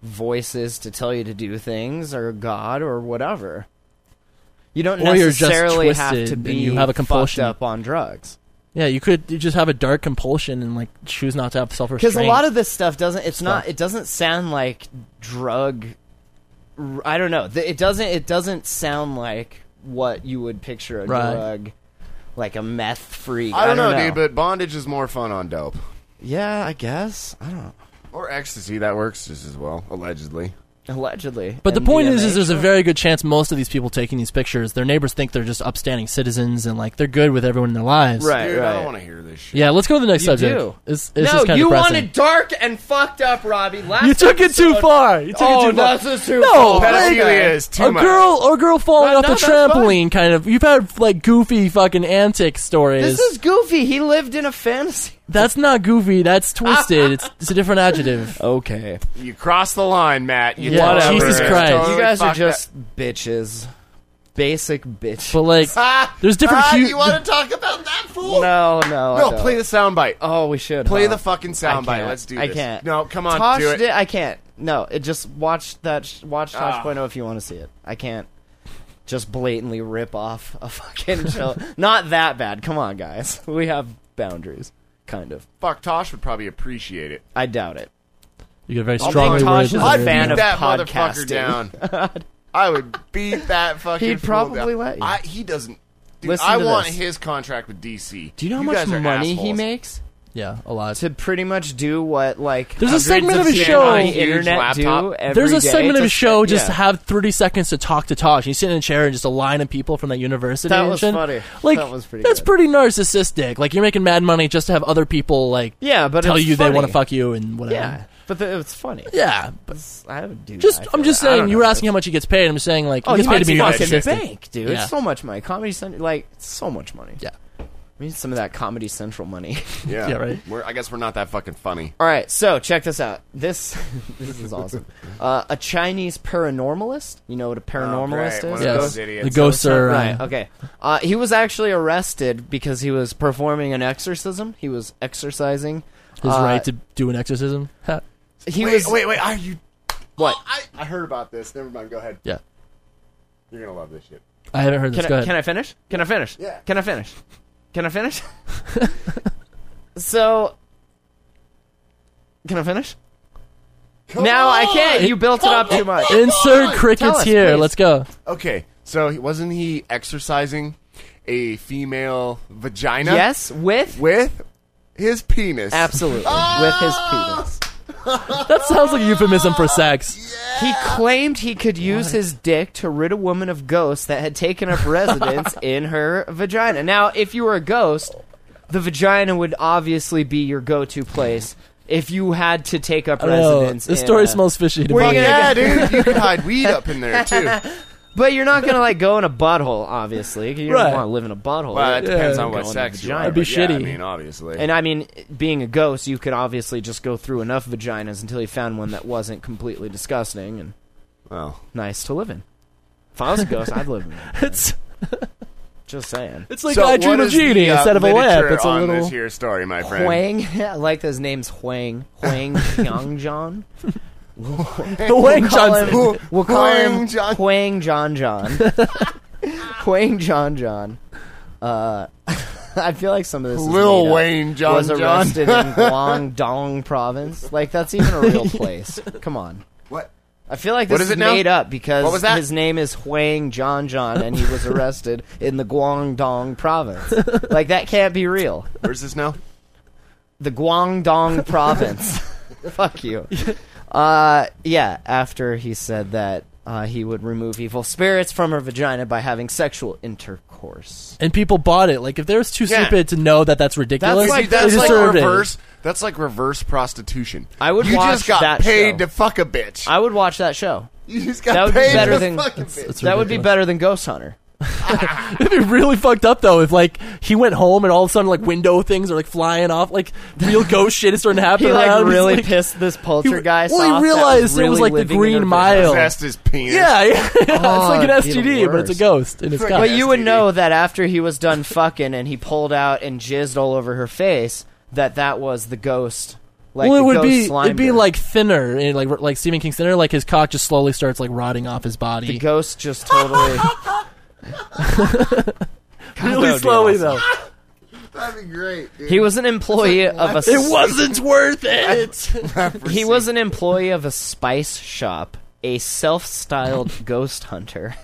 [SPEAKER 1] voices to tell you to do things or God or whatever. You don't
[SPEAKER 3] Or you're just
[SPEAKER 1] necessarily have
[SPEAKER 3] twisted
[SPEAKER 1] to
[SPEAKER 3] and
[SPEAKER 1] be
[SPEAKER 3] you have a compulsion.
[SPEAKER 1] fucked up on drugs.
[SPEAKER 3] Yeah, you could you just have a dark compulsion and like choose not to have self restraint.
[SPEAKER 1] because a lot of this stuff doesn't it's not
[SPEAKER 3] Stuff.
[SPEAKER 1] it doesn't sound like drug r- i don't know Th- it doesn't it doesn't sound like what you would picture a
[SPEAKER 3] Right.
[SPEAKER 1] drug like a meth freak
[SPEAKER 2] I don't, know, dude, but bondage is more fun on dope.
[SPEAKER 1] yeah i guess i don't know
[SPEAKER 2] Or ecstasy, that works just as well, allegedly.
[SPEAKER 1] allegedly
[SPEAKER 3] But the
[SPEAKER 1] And
[SPEAKER 3] point is,
[SPEAKER 1] MDMA.
[SPEAKER 3] is there's a very good chance most of these people taking these pictures, their neighbors think they're just upstanding citizens and like they're good with everyone in their lives.
[SPEAKER 1] Right,
[SPEAKER 2] Dude, I
[SPEAKER 1] right.
[SPEAKER 2] don't want to hear this shit.
[SPEAKER 3] Yeah, let's go to the next
[SPEAKER 1] You
[SPEAKER 3] subject.
[SPEAKER 1] do.
[SPEAKER 3] It's, it's
[SPEAKER 1] no
[SPEAKER 3] just kinda
[SPEAKER 1] you
[SPEAKER 3] depressing.
[SPEAKER 1] wanted dark and fucked up robbie last
[SPEAKER 3] You took it too
[SPEAKER 1] episode.
[SPEAKER 3] far. You took
[SPEAKER 1] oh
[SPEAKER 3] it too far.
[SPEAKER 1] that's just too
[SPEAKER 3] No,
[SPEAKER 1] far.
[SPEAKER 3] Pedophilia
[SPEAKER 1] Okay.
[SPEAKER 2] is too
[SPEAKER 3] a
[SPEAKER 2] much.
[SPEAKER 3] girl or a girl falling
[SPEAKER 1] No,
[SPEAKER 3] off
[SPEAKER 1] no,
[SPEAKER 3] a
[SPEAKER 1] that's fine.
[SPEAKER 3] trampoline kind of you've had like goofy fucking antic stories
[SPEAKER 1] this is goofy he lived in a fantasy
[SPEAKER 3] that's not goofy that's twisted it's, it's a different adjective
[SPEAKER 1] okay
[SPEAKER 2] You cross the line, Matt. You
[SPEAKER 3] Yeah,
[SPEAKER 2] whatever.
[SPEAKER 3] Jesus
[SPEAKER 2] It's
[SPEAKER 3] Christ.
[SPEAKER 2] totally
[SPEAKER 1] you guys are
[SPEAKER 2] fucked up.
[SPEAKER 1] just bitches basic bitches
[SPEAKER 3] but like
[SPEAKER 2] Ah,
[SPEAKER 3] There's different
[SPEAKER 2] Ah,
[SPEAKER 3] hu-
[SPEAKER 2] you want to talk about that fool?
[SPEAKER 1] No, no. I
[SPEAKER 2] No,
[SPEAKER 1] don't.
[SPEAKER 2] play the soundbite.
[SPEAKER 1] Oh, we should
[SPEAKER 2] Play
[SPEAKER 1] huh?
[SPEAKER 2] the fucking
[SPEAKER 1] I
[SPEAKER 2] soundbite.
[SPEAKER 1] can't.
[SPEAKER 2] Let's do
[SPEAKER 1] I
[SPEAKER 2] this.
[SPEAKER 1] can't.
[SPEAKER 2] No, come on,
[SPEAKER 1] Tosh
[SPEAKER 2] do it.
[SPEAKER 1] Did, I can't. No, it just watch that. Sh- watch
[SPEAKER 2] Ah.
[SPEAKER 1] Tosh Point if you want to see it. I can't just blatantly rip off a fucking show. Not that bad. Come on, guys. We have boundaries, kind of.
[SPEAKER 2] Fuck, Tosh would probably appreciate it.
[SPEAKER 1] I doubt it.
[SPEAKER 3] you get very
[SPEAKER 1] I'll
[SPEAKER 3] strongly
[SPEAKER 1] take
[SPEAKER 3] worded
[SPEAKER 1] Tosh's
[SPEAKER 3] there.
[SPEAKER 1] I'd
[SPEAKER 2] I'd
[SPEAKER 1] be fan
[SPEAKER 2] beat
[SPEAKER 1] of
[SPEAKER 2] that motherfucker
[SPEAKER 1] podcasting.
[SPEAKER 2] down. I would beat that fucking.
[SPEAKER 1] He'd
[SPEAKER 2] fool
[SPEAKER 1] probably
[SPEAKER 2] down.
[SPEAKER 1] let you.
[SPEAKER 2] I, he doesn't. Dude,
[SPEAKER 1] Listen
[SPEAKER 2] I
[SPEAKER 1] to
[SPEAKER 2] want
[SPEAKER 1] this.
[SPEAKER 2] his contract with DC.
[SPEAKER 1] Do you know how
[SPEAKER 2] guys
[SPEAKER 1] much
[SPEAKER 2] are
[SPEAKER 1] money he
[SPEAKER 2] assholes.
[SPEAKER 1] makes
[SPEAKER 3] yeah a lot
[SPEAKER 1] to pretty much do what like
[SPEAKER 3] There's a
[SPEAKER 1] hundreds
[SPEAKER 3] segment of his
[SPEAKER 1] people on
[SPEAKER 3] show-
[SPEAKER 1] the internet do
[SPEAKER 2] Laptop.
[SPEAKER 1] every
[SPEAKER 3] there's a
[SPEAKER 1] day
[SPEAKER 3] segment
[SPEAKER 1] to
[SPEAKER 3] of his show
[SPEAKER 1] spend-
[SPEAKER 3] just
[SPEAKER 1] yeah.
[SPEAKER 3] have 30 seconds to talk to Tosh. He's sitting in a chair and just a line of people from that university.
[SPEAKER 1] That
[SPEAKER 3] and
[SPEAKER 1] was
[SPEAKER 3] shit.
[SPEAKER 1] funny.
[SPEAKER 3] Like
[SPEAKER 1] That was pretty
[SPEAKER 3] that's
[SPEAKER 1] good.
[SPEAKER 3] pretty narcissistic. Like you're making mad money just to have other people like
[SPEAKER 1] Yeah, but
[SPEAKER 3] tell
[SPEAKER 1] it's
[SPEAKER 3] you they
[SPEAKER 1] funny.
[SPEAKER 3] want to fuck you and whatever.
[SPEAKER 1] Yeah. But the, it's funny.
[SPEAKER 3] Yeah, but
[SPEAKER 1] I would do.
[SPEAKER 3] just
[SPEAKER 1] that. I
[SPEAKER 3] I'm
[SPEAKER 1] feel
[SPEAKER 3] just
[SPEAKER 1] like- I
[SPEAKER 3] saying.
[SPEAKER 1] don't
[SPEAKER 3] You were
[SPEAKER 1] know.
[SPEAKER 3] asking how much he gets paid. and I'm saying like
[SPEAKER 1] Oh,
[SPEAKER 3] he
[SPEAKER 1] he
[SPEAKER 3] gets paid to be
[SPEAKER 1] fucking
[SPEAKER 3] consistent.
[SPEAKER 1] bank, dude.
[SPEAKER 3] Yeah.
[SPEAKER 1] It's so much money. Comedy Central, like it's so much money.
[SPEAKER 3] Yeah.
[SPEAKER 1] we need some of that Comedy Central money.
[SPEAKER 2] Yeah,
[SPEAKER 3] Yeah, right.
[SPEAKER 2] We're, I guess we're not that fucking funny.
[SPEAKER 1] All right, so check this out. This this is awesome. Uh, a Chinese paranormalist. You know what a paranormalist
[SPEAKER 2] Oh, one
[SPEAKER 1] is?
[SPEAKER 2] of
[SPEAKER 3] Yes.
[SPEAKER 2] Those idiots.
[SPEAKER 3] The ghosts are
[SPEAKER 1] Right.
[SPEAKER 3] um,
[SPEAKER 1] Okay. Uh, he was actually arrested because he was performing an exorcism. He was exercising.
[SPEAKER 3] his
[SPEAKER 1] Uh,
[SPEAKER 3] right to do an exorcism. Ha.
[SPEAKER 1] He
[SPEAKER 2] wait,
[SPEAKER 1] was.
[SPEAKER 2] wait, wait. Are you?
[SPEAKER 1] What?
[SPEAKER 2] I, I heard about this. Never mind. Go ahead.
[SPEAKER 3] yeah,
[SPEAKER 2] You're gonna love this shit.
[SPEAKER 3] I haven't heard this.
[SPEAKER 1] Can
[SPEAKER 3] Go
[SPEAKER 1] I,
[SPEAKER 3] ahead.
[SPEAKER 1] can I finish? Can I finish?
[SPEAKER 2] Yeah.
[SPEAKER 1] Can I finish? Can I finish? so, can I finish? now I can't. You built it up too much.
[SPEAKER 3] Insert crickets
[SPEAKER 1] us,
[SPEAKER 3] here.
[SPEAKER 1] please.
[SPEAKER 3] Let's go.
[SPEAKER 2] Okay, so he- wasn't he exercising a female vagina?
[SPEAKER 1] Yes, with
[SPEAKER 2] With his penis.
[SPEAKER 1] absolutely with his penis.
[SPEAKER 3] That sounds like a euphemism for sex.
[SPEAKER 1] He claimed he could use his dick to rid a woman of ghosts that had taken up residence in her vagina. Now, if you were a ghost, the vagina would obviously be your go-to place if you had to take up
[SPEAKER 3] Oh,
[SPEAKER 1] residence.
[SPEAKER 3] this
[SPEAKER 1] in
[SPEAKER 3] story
[SPEAKER 1] a-
[SPEAKER 3] smells fishy to
[SPEAKER 1] Where you
[SPEAKER 3] me.
[SPEAKER 1] gonna-
[SPEAKER 2] Yeah, dude. You could hide weed up in there too. Well,
[SPEAKER 1] But you're not gonna like go in a butthole, obviously. 'cause You
[SPEAKER 3] Right.
[SPEAKER 1] don't want to live in a butthole.
[SPEAKER 2] that depends
[SPEAKER 3] Yeah.
[SPEAKER 2] on what
[SPEAKER 1] Going
[SPEAKER 2] sex you
[SPEAKER 1] vagina.
[SPEAKER 2] are.
[SPEAKER 1] That'd
[SPEAKER 3] be
[SPEAKER 2] but yeah, I
[SPEAKER 3] shitty.
[SPEAKER 2] mean, obviously.
[SPEAKER 1] and I mean, being a ghost, you could obviously just go through enough vaginas until you found one that wasn't completely disgusting and
[SPEAKER 2] well,
[SPEAKER 1] nice to live in. If I was a ghost, I'd live in. One.
[SPEAKER 3] It's
[SPEAKER 1] Just saying.
[SPEAKER 3] it's like
[SPEAKER 2] so
[SPEAKER 3] I dream
[SPEAKER 2] what
[SPEAKER 3] a
[SPEAKER 2] is the,
[SPEAKER 3] genie
[SPEAKER 2] uh,
[SPEAKER 3] instead of a lamp.
[SPEAKER 2] literature
[SPEAKER 3] It's a
[SPEAKER 2] on
[SPEAKER 3] little.
[SPEAKER 2] this here story, my friend.
[SPEAKER 1] Huang, I like those names. Huang, Huang Xiangjian.
[SPEAKER 3] The Wang
[SPEAKER 1] Call
[SPEAKER 3] Johnson.
[SPEAKER 1] him. We'll call
[SPEAKER 2] Huang
[SPEAKER 1] him
[SPEAKER 2] Jian-
[SPEAKER 1] Huang John John. Huang John John. Uh, I feel like some of this is
[SPEAKER 2] Lil
[SPEAKER 1] made up.
[SPEAKER 2] Wayne John
[SPEAKER 1] was
[SPEAKER 2] John.
[SPEAKER 1] arrested in Guangdong province. Like that's even a real place. Come on.
[SPEAKER 2] What?
[SPEAKER 1] I feel like
[SPEAKER 2] What
[SPEAKER 1] this
[SPEAKER 2] is
[SPEAKER 1] is,
[SPEAKER 2] it now?
[SPEAKER 1] made up because
[SPEAKER 2] What was that?
[SPEAKER 1] his name is Huang John John and he was arrested in the Guangdong province. like that can't be real.
[SPEAKER 2] Where's this now?
[SPEAKER 1] The Guangdong province. Fuck you. Uh, yeah, after he said that uh, he would remove evil spirits from her vagina by having sexual intercourse.
[SPEAKER 3] And people bought it. Like if they was too
[SPEAKER 2] Yeah.
[SPEAKER 3] stupid to know that that's ridiculous,
[SPEAKER 2] That's like,
[SPEAKER 3] they
[SPEAKER 2] that's
[SPEAKER 3] just
[SPEAKER 2] like
[SPEAKER 3] served it.
[SPEAKER 2] reverse. That's like reverse prostitution.
[SPEAKER 1] I would
[SPEAKER 2] You
[SPEAKER 1] watch
[SPEAKER 2] just got
[SPEAKER 1] that
[SPEAKER 2] paid
[SPEAKER 1] show.
[SPEAKER 2] to fuck a bitch.
[SPEAKER 1] I would watch that show.
[SPEAKER 2] you just got
[SPEAKER 1] that would be
[SPEAKER 2] paid
[SPEAKER 1] better
[SPEAKER 2] to
[SPEAKER 1] than-
[SPEAKER 2] fuck a
[SPEAKER 1] That's-
[SPEAKER 2] bitch.
[SPEAKER 3] It's
[SPEAKER 1] that would be
[SPEAKER 3] ridiculous.
[SPEAKER 1] better than Ghost Hunter.
[SPEAKER 3] It'd be really fucked up though if like he went home and all of a sudden like window things are like flying off, like real ghost shit is starting to happen.
[SPEAKER 1] He like
[SPEAKER 3] around. He's,
[SPEAKER 1] really
[SPEAKER 3] like-
[SPEAKER 1] pissed this
[SPEAKER 3] He,
[SPEAKER 1] poltergeist.
[SPEAKER 3] well,
[SPEAKER 1] off
[SPEAKER 3] he
[SPEAKER 1] that
[SPEAKER 3] realized it was
[SPEAKER 1] really
[SPEAKER 3] like the
[SPEAKER 1] living in her
[SPEAKER 3] Green
[SPEAKER 1] vagina.
[SPEAKER 3] Mile. Yeah,
[SPEAKER 2] Possessed his penis.
[SPEAKER 3] yeah, it's like an
[SPEAKER 1] Oh, it'd be the
[SPEAKER 3] STD, but it's a
[SPEAKER 1] worst.
[SPEAKER 3] ghost and it's got.
[SPEAKER 1] But you would
[SPEAKER 2] STD.
[SPEAKER 1] know that after he was done fucking and he pulled out and jizzed all over her face, that that was the ghost. Like
[SPEAKER 3] well,
[SPEAKER 1] the
[SPEAKER 3] it would
[SPEAKER 1] ghost
[SPEAKER 3] be
[SPEAKER 1] slimed
[SPEAKER 3] it'd be
[SPEAKER 1] her.
[SPEAKER 3] like thinner, and like like Stephen King's thinner. Like his cock just slowly starts like rotting off his
[SPEAKER 1] the
[SPEAKER 3] body,
[SPEAKER 1] ghost just totally.
[SPEAKER 3] really
[SPEAKER 1] that would be
[SPEAKER 3] slowly
[SPEAKER 1] awesome.
[SPEAKER 3] though.
[SPEAKER 2] That'd be great. Dude.
[SPEAKER 1] he was an employee of a.
[SPEAKER 3] It wasn't worth it.
[SPEAKER 1] He was an employee of a spice shop, a self-styled ghost hunter.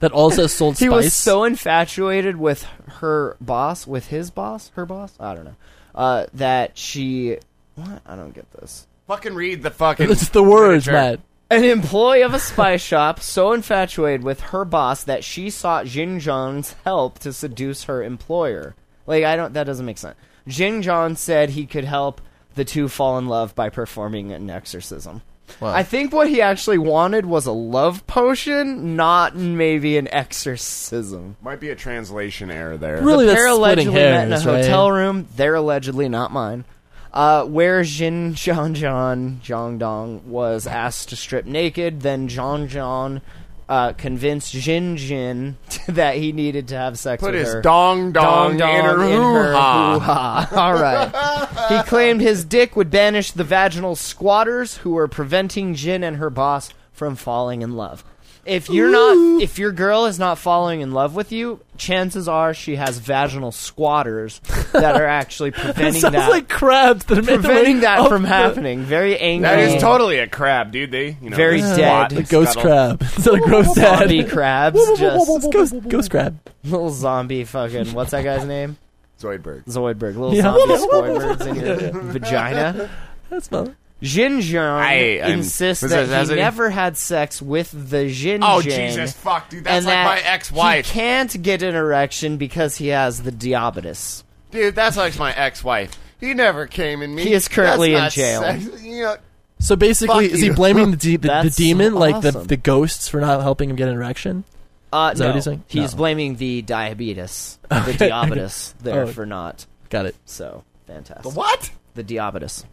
[SPEAKER 3] that also sold spice.
[SPEAKER 1] He was so infatuated with her boss, with his boss, her boss. I don't know. Uh, that she. What? I don't get this.
[SPEAKER 2] fucking read the fucking.
[SPEAKER 3] it's the words, Matt.
[SPEAKER 1] An employee of a spy shop so infatuated with her boss that she sought Jin Zhang's help to seduce her employer. Like I don't that doesn't make sense. Jin Zhang said he could help the two fall in love by performing an exorcism. I think what he actually wanted was a love potion, not maybe an exorcism.
[SPEAKER 2] Might be a translation error there.
[SPEAKER 3] Really,
[SPEAKER 1] the
[SPEAKER 3] that's
[SPEAKER 1] pair
[SPEAKER 3] splitting
[SPEAKER 1] allegedly met in a
[SPEAKER 3] hairs, right?
[SPEAKER 1] hotel room. They're allegedly not mine. Uh, where Jin Zhang Zhang Zhang Dong was asked to strip naked, then Zhang Zhang uh, convinced Jin Jin that he needed to have sex
[SPEAKER 2] Put
[SPEAKER 1] with
[SPEAKER 2] his
[SPEAKER 1] her.
[SPEAKER 2] dong dong,
[SPEAKER 1] Dong
[SPEAKER 2] in her
[SPEAKER 1] dong in her
[SPEAKER 2] hoo-ha.
[SPEAKER 1] hoo-ha. All right. He claimed his dick would banish the vaginal squatters who were preventing Jin and her boss from falling in love. If you're not, if your girl is not falling in love with you, chances are she has vaginal squatters that are actually preventing
[SPEAKER 3] Sounds
[SPEAKER 1] that,
[SPEAKER 3] like Oh, crabs that are made their way
[SPEAKER 1] preventing that
[SPEAKER 3] up
[SPEAKER 1] from
[SPEAKER 3] the-
[SPEAKER 1] happening. Very angry.
[SPEAKER 2] That is totally a crab, dude. They, you know,
[SPEAKER 1] Very
[SPEAKER 2] they
[SPEAKER 1] dead.
[SPEAKER 2] squat,
[SPEAKER 1] The
[SPEAKER 2] they
[SPEAKER 3] A ghost
[SPEAKER 2] scuttle.
[SPEAKER 3] crab instead of gross dad.
[SPEAKER 1] zombie crabs, just
[SPEAKER 3] It's ghost, ghost crab.
[SPEAKER 1] little zombie fucking. What's that guy's name?
[SPEAKER 2] Zoidberg.
[SPEAKER 1] Zoidberg. Little
[SPEAKER 3] Yeah.
[SPEAKER 1] zombie squidwards in your vagina.
[SPEAKER 3] That's not.
[SPEAKER 1] Jinjiang
[SPEAKER 2] I- I'm-
[SPEAKER 1] insists
[SPEAKER 2] was
[SPEAKER 1] that
[SPEAKER 2] that- that's
[SPEAKER 1] he
[SPEAKER 2] it?
[SPEAKER 1] never had sex with the Jinjiang.
[SPEAKER 2] Oh Jesus, fuck, dude. That's
[SPEAKER 1] and
[SPEAKER 2] like
[SPEAKER 1] that
[SPEAKER 2] my ex-wife,
[SPEAKER 1] He can't get an erection because he has the diabetes.
[SPEAKER 2] dude. That's like my ex-wife. He never came in me.
[SPEAKER 1] He is currently
[SPEAKER 2] That's
[SPEAKER 1] in
[SPEAKER 2] not
[SPEAKER 1] jail.
[SPEAKER 2] sex- You know,
[SPEAKER 3] So basically,
[SPEAKER 2] Fuck
[SPEAKER 3] is he
[SPEAKER 2] you.
[SPEAKER 3] blaming the de- the, the
[SPEAKER 1] That's
[SPEAKER 3] demon, like the
[SPEAKER 1] awesome.
[SPEAKER 3] the ghosts, for not helping him get an erection?
[SPEAKER 1] Uh,
[SPEAKER 3] that
[SPEAKER 1] no,
[SPEAKER 3] what he's saying?
[SPEAKER 1] he's
[SPEAKER 3] No.
[SPEAKER 1] blaming the diabetes, the
[SPEAKER 3] Okay.
[SPEAKER 1] diabetes there
[SPEAKER 3] Oh.
[SPEAKER 1] for not.
[SPEAKER 3] Got it.
[SPEAKER 1] So fantastic.
[SPEAKER 2] What?
[SPEAKER 1] The diabetes.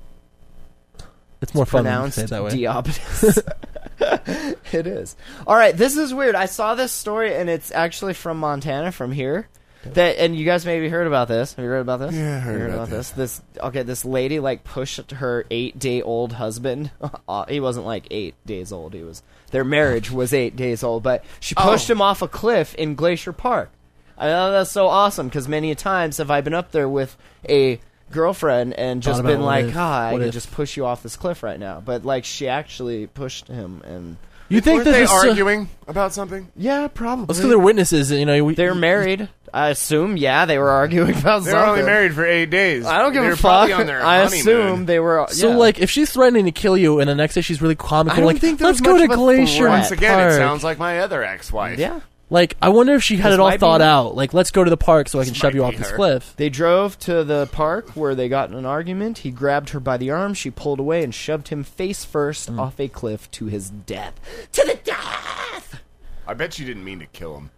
[SPEAKER 3] It's more fun when you
[SPEAKER 1] pronounced
[SPEAKER 3] say it that way.
[SPEAKER 1] Diabetes. it is. All right, this is weird. I saw this story, and it's actually from Montana, from here. That and you guys maybe heard about this. Have you heard about this?
[SPEAKER 2] Yeah, I heard
[SPEAKER 1] You
[SPEAKER 2] about
[SPEAKER 1] this. This okay. This lady like pushed her eight day old husband. Uh, he wasn't like eight days old. He was their marriage was eight days old, but she pushed him off a cliff in Glacier Park. I thought that's so awesome because many times have I been up there with a girlfriend and just
[SPEAKER 3] about
[SPEAKER 1] been
[SPEAKER 3] what
[SPEAKER 1] like,
[SPEAKER 3] if-
[SPEAKER 1] ah, I
[SPEAKER 3] what
[SPEAKER 1] could
[SPEAKER 3] if-
[SPEAKER 1] just push you off this cliff right now. But like, she actually pushed him, and
[SPEAKER 3] You think
[SPEAKER 2] Weren't
[SPEAKER 3] that
[SPEAKER 2] they
[SPEAKER 3] this? uh,
[SPEAKER 2] arguing about something?
[SPEAKER 1] yeah, probably.
[SPEAKER 3] Let's go. They're witnesses. You know, we,
[SPEAKER 1] They're married. I assume. Yeah, they were arguing about
[SPEAKER 2] They
[SPEAKER 1] something.
[SPEAKER 2] were only married for eight days.
[SPEAKER 1] I don't give
[SPEAKER 2] they
[SPEAKER 1] a
[SPEAKER 2] were
[SPEAKER 1] fuck.
[SPEAKER 2] probably On their
[SPEAKER 1] I
[SPEAKER 2] honeymoon.
[SPEAKER 1] assume they were.
[SPEAKER 3] So
[SPEAKER 1] yeah.
[SPEAKER 3] like, if she's threatening to kill you, and the next day she's really
[SPEAKER 2] I
[SPEAKER 3] comical,
[SPEAKER 2] don't
[SPEAKER 3] like,
[SPEAKER 2] think there
[SPEAKER 3] let's
[SPEAKER 2] was
[SPEAKER 3] go
[SPEAKER 2] much
[SPEAKER 3] to
[SPEAKER 2] of a
[SPEAKER 3] Glacier
[SPEAKER 2] Once again,
[SPEAKER 3] Park.
[SPEAKER 2] it sounds like my other ex-wife.
[SPEAKER 1] yeah,
[SPEAKER 3] like, I wonder if she had
[SPEAKER 1] This
[SPEAKER 3] it all
[SPEAKER 1] might
[SPEAKER 3] thought
[SPEAKER 1] be-
[SPEAKER 3] out. Like, let's go to the park so I can
[SPEAKER 2] This
[SPEAKER 3] shove you
[SPEAKER 2] might
[SPEAKER 3] off
[SPEAKER 2] be
[SPEAKER 3] this
[SPEAKER 2] her.
[SPEAKER 3] cliff.
[SPEAKER 1] they drove to the park where they got in an argument. He grabbed her by the arm. She pulled away and shoved him face first
[SPEAKER 3] Mm.
[SPEAKER 1] off a cliff to his death. To the death.
[SPEAKER 2] I bet you didn't mean to kill him.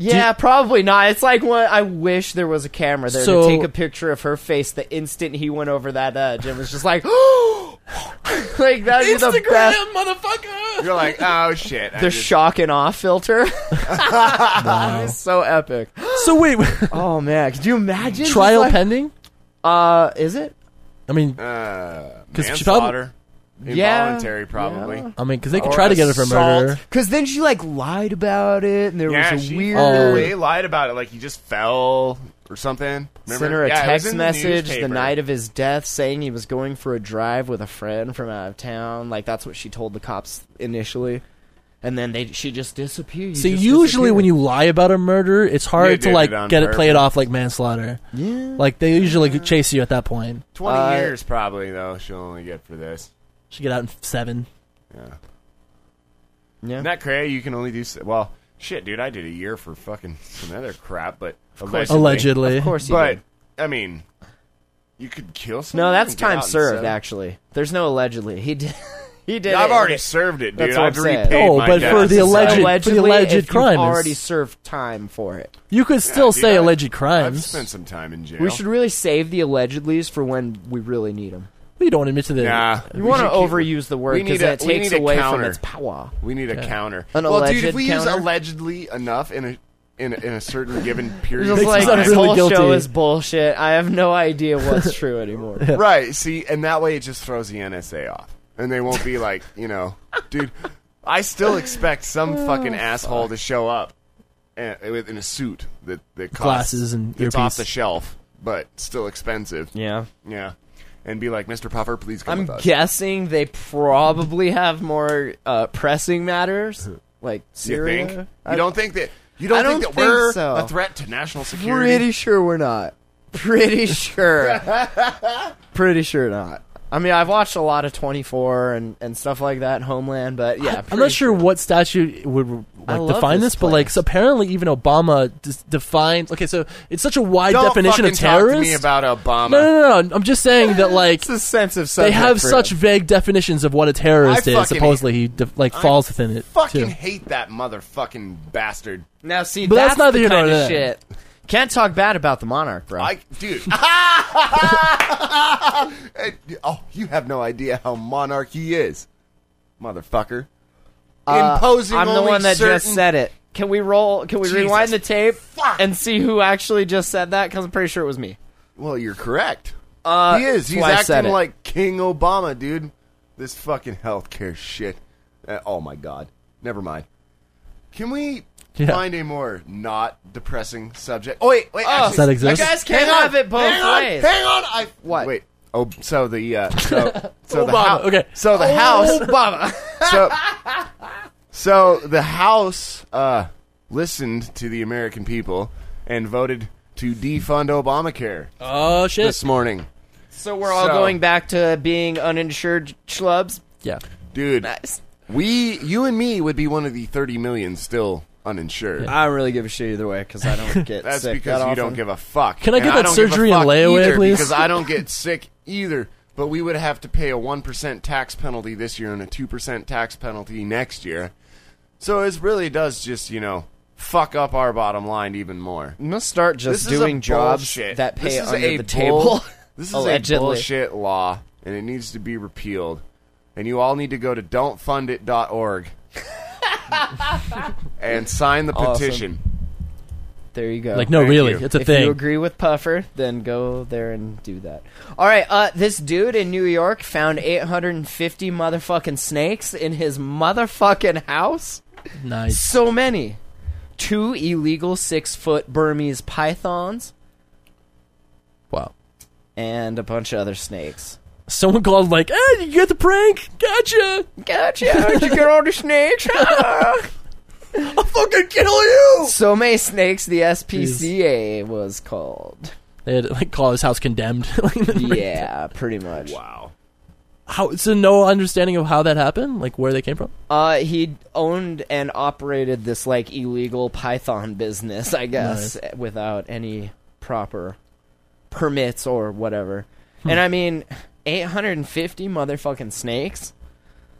[SPEAKER 1] Yeah, probably not. It's like what I wish there was a camera there to
[SPEAKER 3] So-
[SPEAKER 1] take a picture of her face the instant he went over that edge and was just like, oh, like that'd be the best.
[SPEAKER 2] You're like, oh shit. I
[SPEAKER 1] The
[SPEAKER 2] just-
[SPEAKER 1] shock and awe filter. It's so epic.
[SPEAKER 3] So wait,
[SPEAKER 1] Oh man, could you imagine? Just
[SPEAKER 3] trial
[SPEAKER 1] like-
[SPEAKER 3] pending.
[SPEAKER 1] Uh, is it?
[SPEAKER 3] I mean,
[SPEAKER 2] uh,
[SPEAKER 3] 'Cause she
[SPEAKER 2] manslaughter,
[SPEAKER 1] Yeah.
[SPEAKER 2] involuntary, probably.
[SPEAKER 1] Yeah.
[SPEAKER 3] I mean, because they could
[SPEAKER 2] Or
[SPEAKER 3] try to get her for
[SPEAKER 2] assault.
[SPEAKER 3] murder.
[SPEAKER 1] Because then she like lied about it, and there
[SPEAKER 2] Yeah,
[SPEAKER 1] was a
[SPEAKER 2] she-
[SPEAKER 1] weird.
[SPEAKER 3] Oh.
[SPEAKER 2] They lied about it, like he just fell or something. Remember?
[SPEAKER 1] Sent her a
[SPEAKER 2] Yeah, it was
[SPEAKER 1] text
[SPEAKER 2] in the
[SPEAKER 1] message the
[SPEAKER 2] newspaper.
[SPEAKER 1] night of his death saying he was going for a drive with a friend from out of town. Like that's what she told the cops initially, and then they she just disappeared.
[SPEAKER 3] So usually when you lie about a murder, it's
[SPEAKER 2] You
[SPEAKER 3] hard to
[SPEAKER 2] did
[SPEAKER 3] like
[SPEAKER 2] it on
[SPEAKER 3] get it play it
[SPEAKER 2] purpose.
[SPEAKER 3] off like manslaughter.
[SPEAKER 1] yeah,
[SPEAKER 3] Like they usually could chase you at that point.
[SPEAKER 2] Twenty
[SPEAKER 1] Uh,
[SPEAKER 2] years, probably though. She'll only get for this.
[SPEAKER 3] She get out in seven.
[SPEAKER 1] yeah.
[SPEAKER 2] Isn't that crazy? You can only do s- well. Shit, dude, I did a year for fucking some other crap, but
[SPEAKER 1] course.
[SPEAKER 3] Allegedly,
[SPEAKER 1] of course you
[SPEAKER 2] But
[SPEAKER 1] did.
[SPEAKER 2] I mean, you could kill someone.
[SPEAKER 1] No, that's
[SPEAKER 2] and get out
[SPEAKER 1] time
[SPEAKER 2] in
[SPEAKER 1] served.
[SPEAKER 2] seven-
[SPEAKER 1] Actually, there's no allegedly. He did. He did.
[SPEAKER 2] Yeah, I've
[SPEAKER 1] it.
[SPEAKER 2] already served it, dude.
[SPEAKER 1] That's what
[SPEAKER 2] I've
[SPEAKER 1] I'm saying.
[SPEAKER 2] repaid
[SPEAKER 3] Oh,
[SPEAKER 2] my
[SPEAKER 3] but
[SPEAKER 2] debt.
[SPEAKER 3] for the alleged- for the
[SPEAKER 1] allegedly,
[SPEAKER 3] alleged
[SPEAKER 1] if
[SPEAKER 3] crime is-
[SPEAKER 1] You've already served time for it.
[SPEAKER 3] you could
[SPEAKER 2] Yeah,
[SPEAKER 3] still
[SPEAKER 2] dude,
[SPEAKER 3] say
[SPEAKER 2] I-
[SPEAKER 3] alleged
[SPEAKER 2] I've
[SPEAKER 3] crimes.
[SPEAKER 2] spent some time in jail.
[SPEAKER 1] We should really save the allegedlys for when we really need them.
[SPEAKER 3] We don't admit to the
[SPEAKER 2] Nah,
[SPEAKER 1] You want to overuse the word
[SPEAKER 2] we
[SPEAKER 1] because
[SPEAKER 2] need a-
[SPEAKER 1] it
[SPEAKER 2] we
[SPEAKER 1] takes
[SPEAKER 2] need a
[SPEAKER 1] away from
[SPEAKER 2] counter.
[SPEAKER 1] its power.
[SPEAKER 2] We need a counter.
[SPEAKER 1] An
[SPEAKER 2] well, dude,
[SPEAKER 1] alleged
[SPEAKER 2] if we use
[SPEAKER 1] counter?
[SPEAKER 2] allegedly enough in a in a, in a certain given period,
[SPEAKER 1] Just
[SPEAKER 2] of
[SPEAKER 3] Makes
[SPEAKER 1] like
[SPEAKER 3] me sound
[SPEAKER 2] time,
[SPEAKER 1] this
[SPEAKER 3] really
[SPEAKER 1] whole
[SPEAKER 3] guilty.
[SPEAKER 1] show is bullshit. I have no idea what's true anymore.
[SPEAKER 2] right? See, and that way it just throws the NSA off, and they won't be like, you know, dude. I still expect some
[SPEAKER 1] Oh,
[SPEAKER 2] fucking asshole to show up and, with in a suit that that costs,
[SPEAKER 3] Glasses and
[SPEAKER 2] it's off
[SPEAKER 3] earpiece.
[SPEAKER 2] the shelf, but still expensive.
[SPEAKER 1] Yeah.
[SPEAKER 2] yeah, and be like, Mister Puffer, please come
[SPEAKER 1] I'm
[SPEAKER 2] with us.
[SPEAKER 1] guessing they probably have more uh, pressing
[SPEAKER 3] Hmm.
[SPEAKER 1] matters, like
[SPEAKER 2] you
[SPEAKER 1] Syria.
[SPEAKER 2] think?
[SPEAKER 1] I-
[SPEAKER 2] you don't think that? You don't,
[SPEAKER 1] I don't
[SPEAKER 2] think that
[SPEAKER 1] think
[SPEAKER 2] we're
[SPEAKER 1] so.
[SPEAKER 2] a threat to national security?
[SPEAKER 1] Pretty sure we're not. Pretty sure. Pretty sure not. I mean, I've watched a lot of 24 and, and stuff like that, Homeland, but yeah.
[SPEAKER 3] I'm
[SPEAKER 1] pretty
[SPEAKER 3] not sure what statute would
[SPEAKER 1] I
[SPEAKER 3] like
[SPEAKER 1] love
[SPEAKER 3] define
[SPEAKER 1] this
[SPEAKER 3] this, but like
[SPEAKER 1] place.
[SPEAKER 3] so apparently even Obama dis- defined. Okay, so it's such a wide
[SPEAKER 2] Don't
[SPEAKER 3] definition
[SPEAKER 2] fucking
[SPEAKER 3] of terrorist.
[SPEAKER 2] talk to me about Obama.
[SPEAKER 3] no, no, no, no. I'm just saying that like
[SPEAKER 1] It's a sensitive
[SPEAKER 3] they
[SPEAKER 1] subject.
[SPEAKER 3] have
[SPEAKER 1] for
[SPEAKER 3] such
[SPEAKER 1] him.
[SPEAKER 3] vague definitions of what a terrorist
[SPEAKER 2] I
[SPEAKER 3] is.
[SPEAKER 2] fucking
[SPEAKER 3] Supposedly he def- like falls within it.
[SPEAKER 2] fucking
[SPEAKER 3] too.
[SPEAKER 2] hate that motherfucking bastard.
[SPEAKER 1] Now, see,
[SPEAKER 3] But that's
[SPEAKER 1] that's, not the
[SPEAKER 3] neither here nor
[SPEAKER 1] kind of
[SPEAKER 3] there.
[SPEAKER 1] shit. Can't talk bad about the monarch, bro.
[SPEAKER 2] I dude. oh, you have no idea how monarch he is, motherfucker. Imposing
[SPEAKER 1] Uh, I'm the
[SPEAKER 2] only
[SPEAKER 1] one that
[SPEAKER 2] certain-
[SPEAKER 1] just said it. Can we roll? Can we
[SPEAKER 2] Jesus
[SPEAKER 1] rewind the tape
[SPEAKER 2] fuck.
[SPEAKER 1] and see who actually just said that? Because I'm pretty sure it was me.
[SPEAKER 2] Well, you're correct. Uh, he is.
[SPEAKER 1] that's
[SPEAKER 2] He's
[SPEAKER 1] why I said
[SPEAKER 2] acting
[SPEAKER 1] it.
[SPEAKER 2] like King Obama, dude. This fucking healthcare shit. Uh, oh my god. Never mind. Can we
[SPEAKER 3] Yeah.
[SPEAKER 2] find a more not depressing subject? Oh wait, wait. actually-
[SPEAKER 3] Does that exist?
[SPEAKER 1] You guys can't
[SPEAKER 2] Hang on,
[SPEAKER 1] have it both
[SPEAKER 2] hang on,
[SPEAKER 1] ways.
[SPEAKER 2] hang on. I
[SPEAKER 1] What?
[SPEAKER 2] Wait. Oh, so the uh, so so the
[SPEAKER 3] Obama,
[SPEAKER 2] house.
[SPEAKER 3] okay.
[SPEAKER 2] So the house.
[SPEAKER 1] Obama.
[SPEAKER 2] So so the house uh, listened to the American people and voted to defund Obamacare
[SPEAKER 3] Oh shit!
[SPEAKER 2] this morning.
[SPEAKER 1] so we're all
[SPEAKER 2] So-
[SPEAKER 1] going back to being uninsured schlubs.
[SPEAKER 3] yeah.
[SPEAKER 2] Dude,
[SPEAKER 1] Nice.
[SPEAKER 2] we you and me would be one of the 30 million still uninsured.
[SPEAKER 1] I don't really give a shit either way because I don't get
[SPEAKER 2] That's
[SPEAKER 1] sick
[SPEAKER 2] because
[SPEAKER 1] that
[SPEAKER 2] you
[SPEAKER 1] often.
[SPEAKER 2] don't give a fuck.
[SPEAKER 3] Can I
[SPEAKER 2] And
[SPEAKER 3] get that
[SPEAKER 2] don't give a
[SPEAKER 3] surgery in
[SPEAKER 2] fuck
[SPEAKER 3] layaway,
[SPEAKER 2] either
[SPEAKER 3] please?
[SPEAKER 2] Because I don't get sick either. but we would have to pay a 1% tax penalty this year and a 2% tax penalty next year. So it really does just, you know, fuck up our bottom line even more.
[SPEAKER 1] must start
[SPEAKER 2] This
[SPEAKER 1] just
[SPEAKER 2] is
[SPEAKER 1] doing
[SPEAKER 2] a
[SPEAKER 1] jobs
[SPEAKER 2] bullshit.
[SPEAKER 1] that pay
[SPEAKER 2] This is
[SPEAKER 1] under
[SPEAKER 2] a
[SPEAKER 1] the
[SPEAKER 2] bull-
[SPEAKER 1] table.
[SPEAKER 2] this is a
[SPEAKER 1] Allegedly.
[SPEAKER 2] bullshit law, and it needs to be repealed. And you all need to go to don'tfundit.org and sign the
[SPEAKER 1] Awesome.
[SPEAKER 2] petition.
[SPEAKER 1] There you go.
[SPEAKER 3] Like, no,
[SPEAKER 2] Thank
[SPEAKER 3] really,
[SPEAKER 2] you.
[SPEAKER 3] it's a
[SPEAKER 1] if
[SPEAKER 3] thing.
[SPEAKER 1] you agree with Puffer, then go there and do that. All right, uh, this dude in New York found 850 motherfucking snakes in his motherfucking house.
[SPEAKER 3] nice.
[SPEAKER 1] So many. Two illegal six foot Burmese pythons
[SPEAKER 3] Wow.
[SPEAKER 1] and a bunch of other snakes.
[SPEAKER 3] Someone called like, "Hey, you get the prank? Gotcha!
[SPEAKER 1] Gotcha! Did you get all the snakes?
[SPEAKER 3] I'll fucking kill you!"
[SPEAKER 1] so many snakes, the SPCA was called.
[SPEAKER 3] They had to, like call his house condemned. Like,
[SPEAKER 1] Yeah, pretty much.
[SPEAKER 2] Wow.
[SPEAKER 3] how? So no understanding of how that happened, like where they came from.
[SPEAKER 1] Uh, he owned and operated this like illegal Python business, I guess, without any proper permits or whatever. And I mean, 850 motherfucking snakes.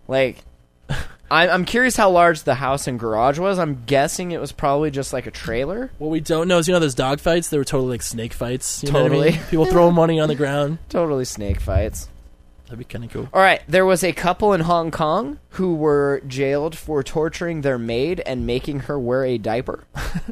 [SPEAKER 1] Like, I, I'm curious how large the house and garage was. I'm guessing it was probably just like a trailer.
[SPEAKER 3] What we don't know is, you know, those dog fights. They were totally like snake fights. You know what I
[SPEAKER 1] Totally.
[SPEAKER 3] mean? People throw money on the ground.
[SPEAKER 1] Totally snake fights.
[SPEAKER 3] That'd be kind of cool.
[SPEAKER 1] All right, there was a couple in Hong Kong who were jailed for torturing their maid and making her wear a diaper.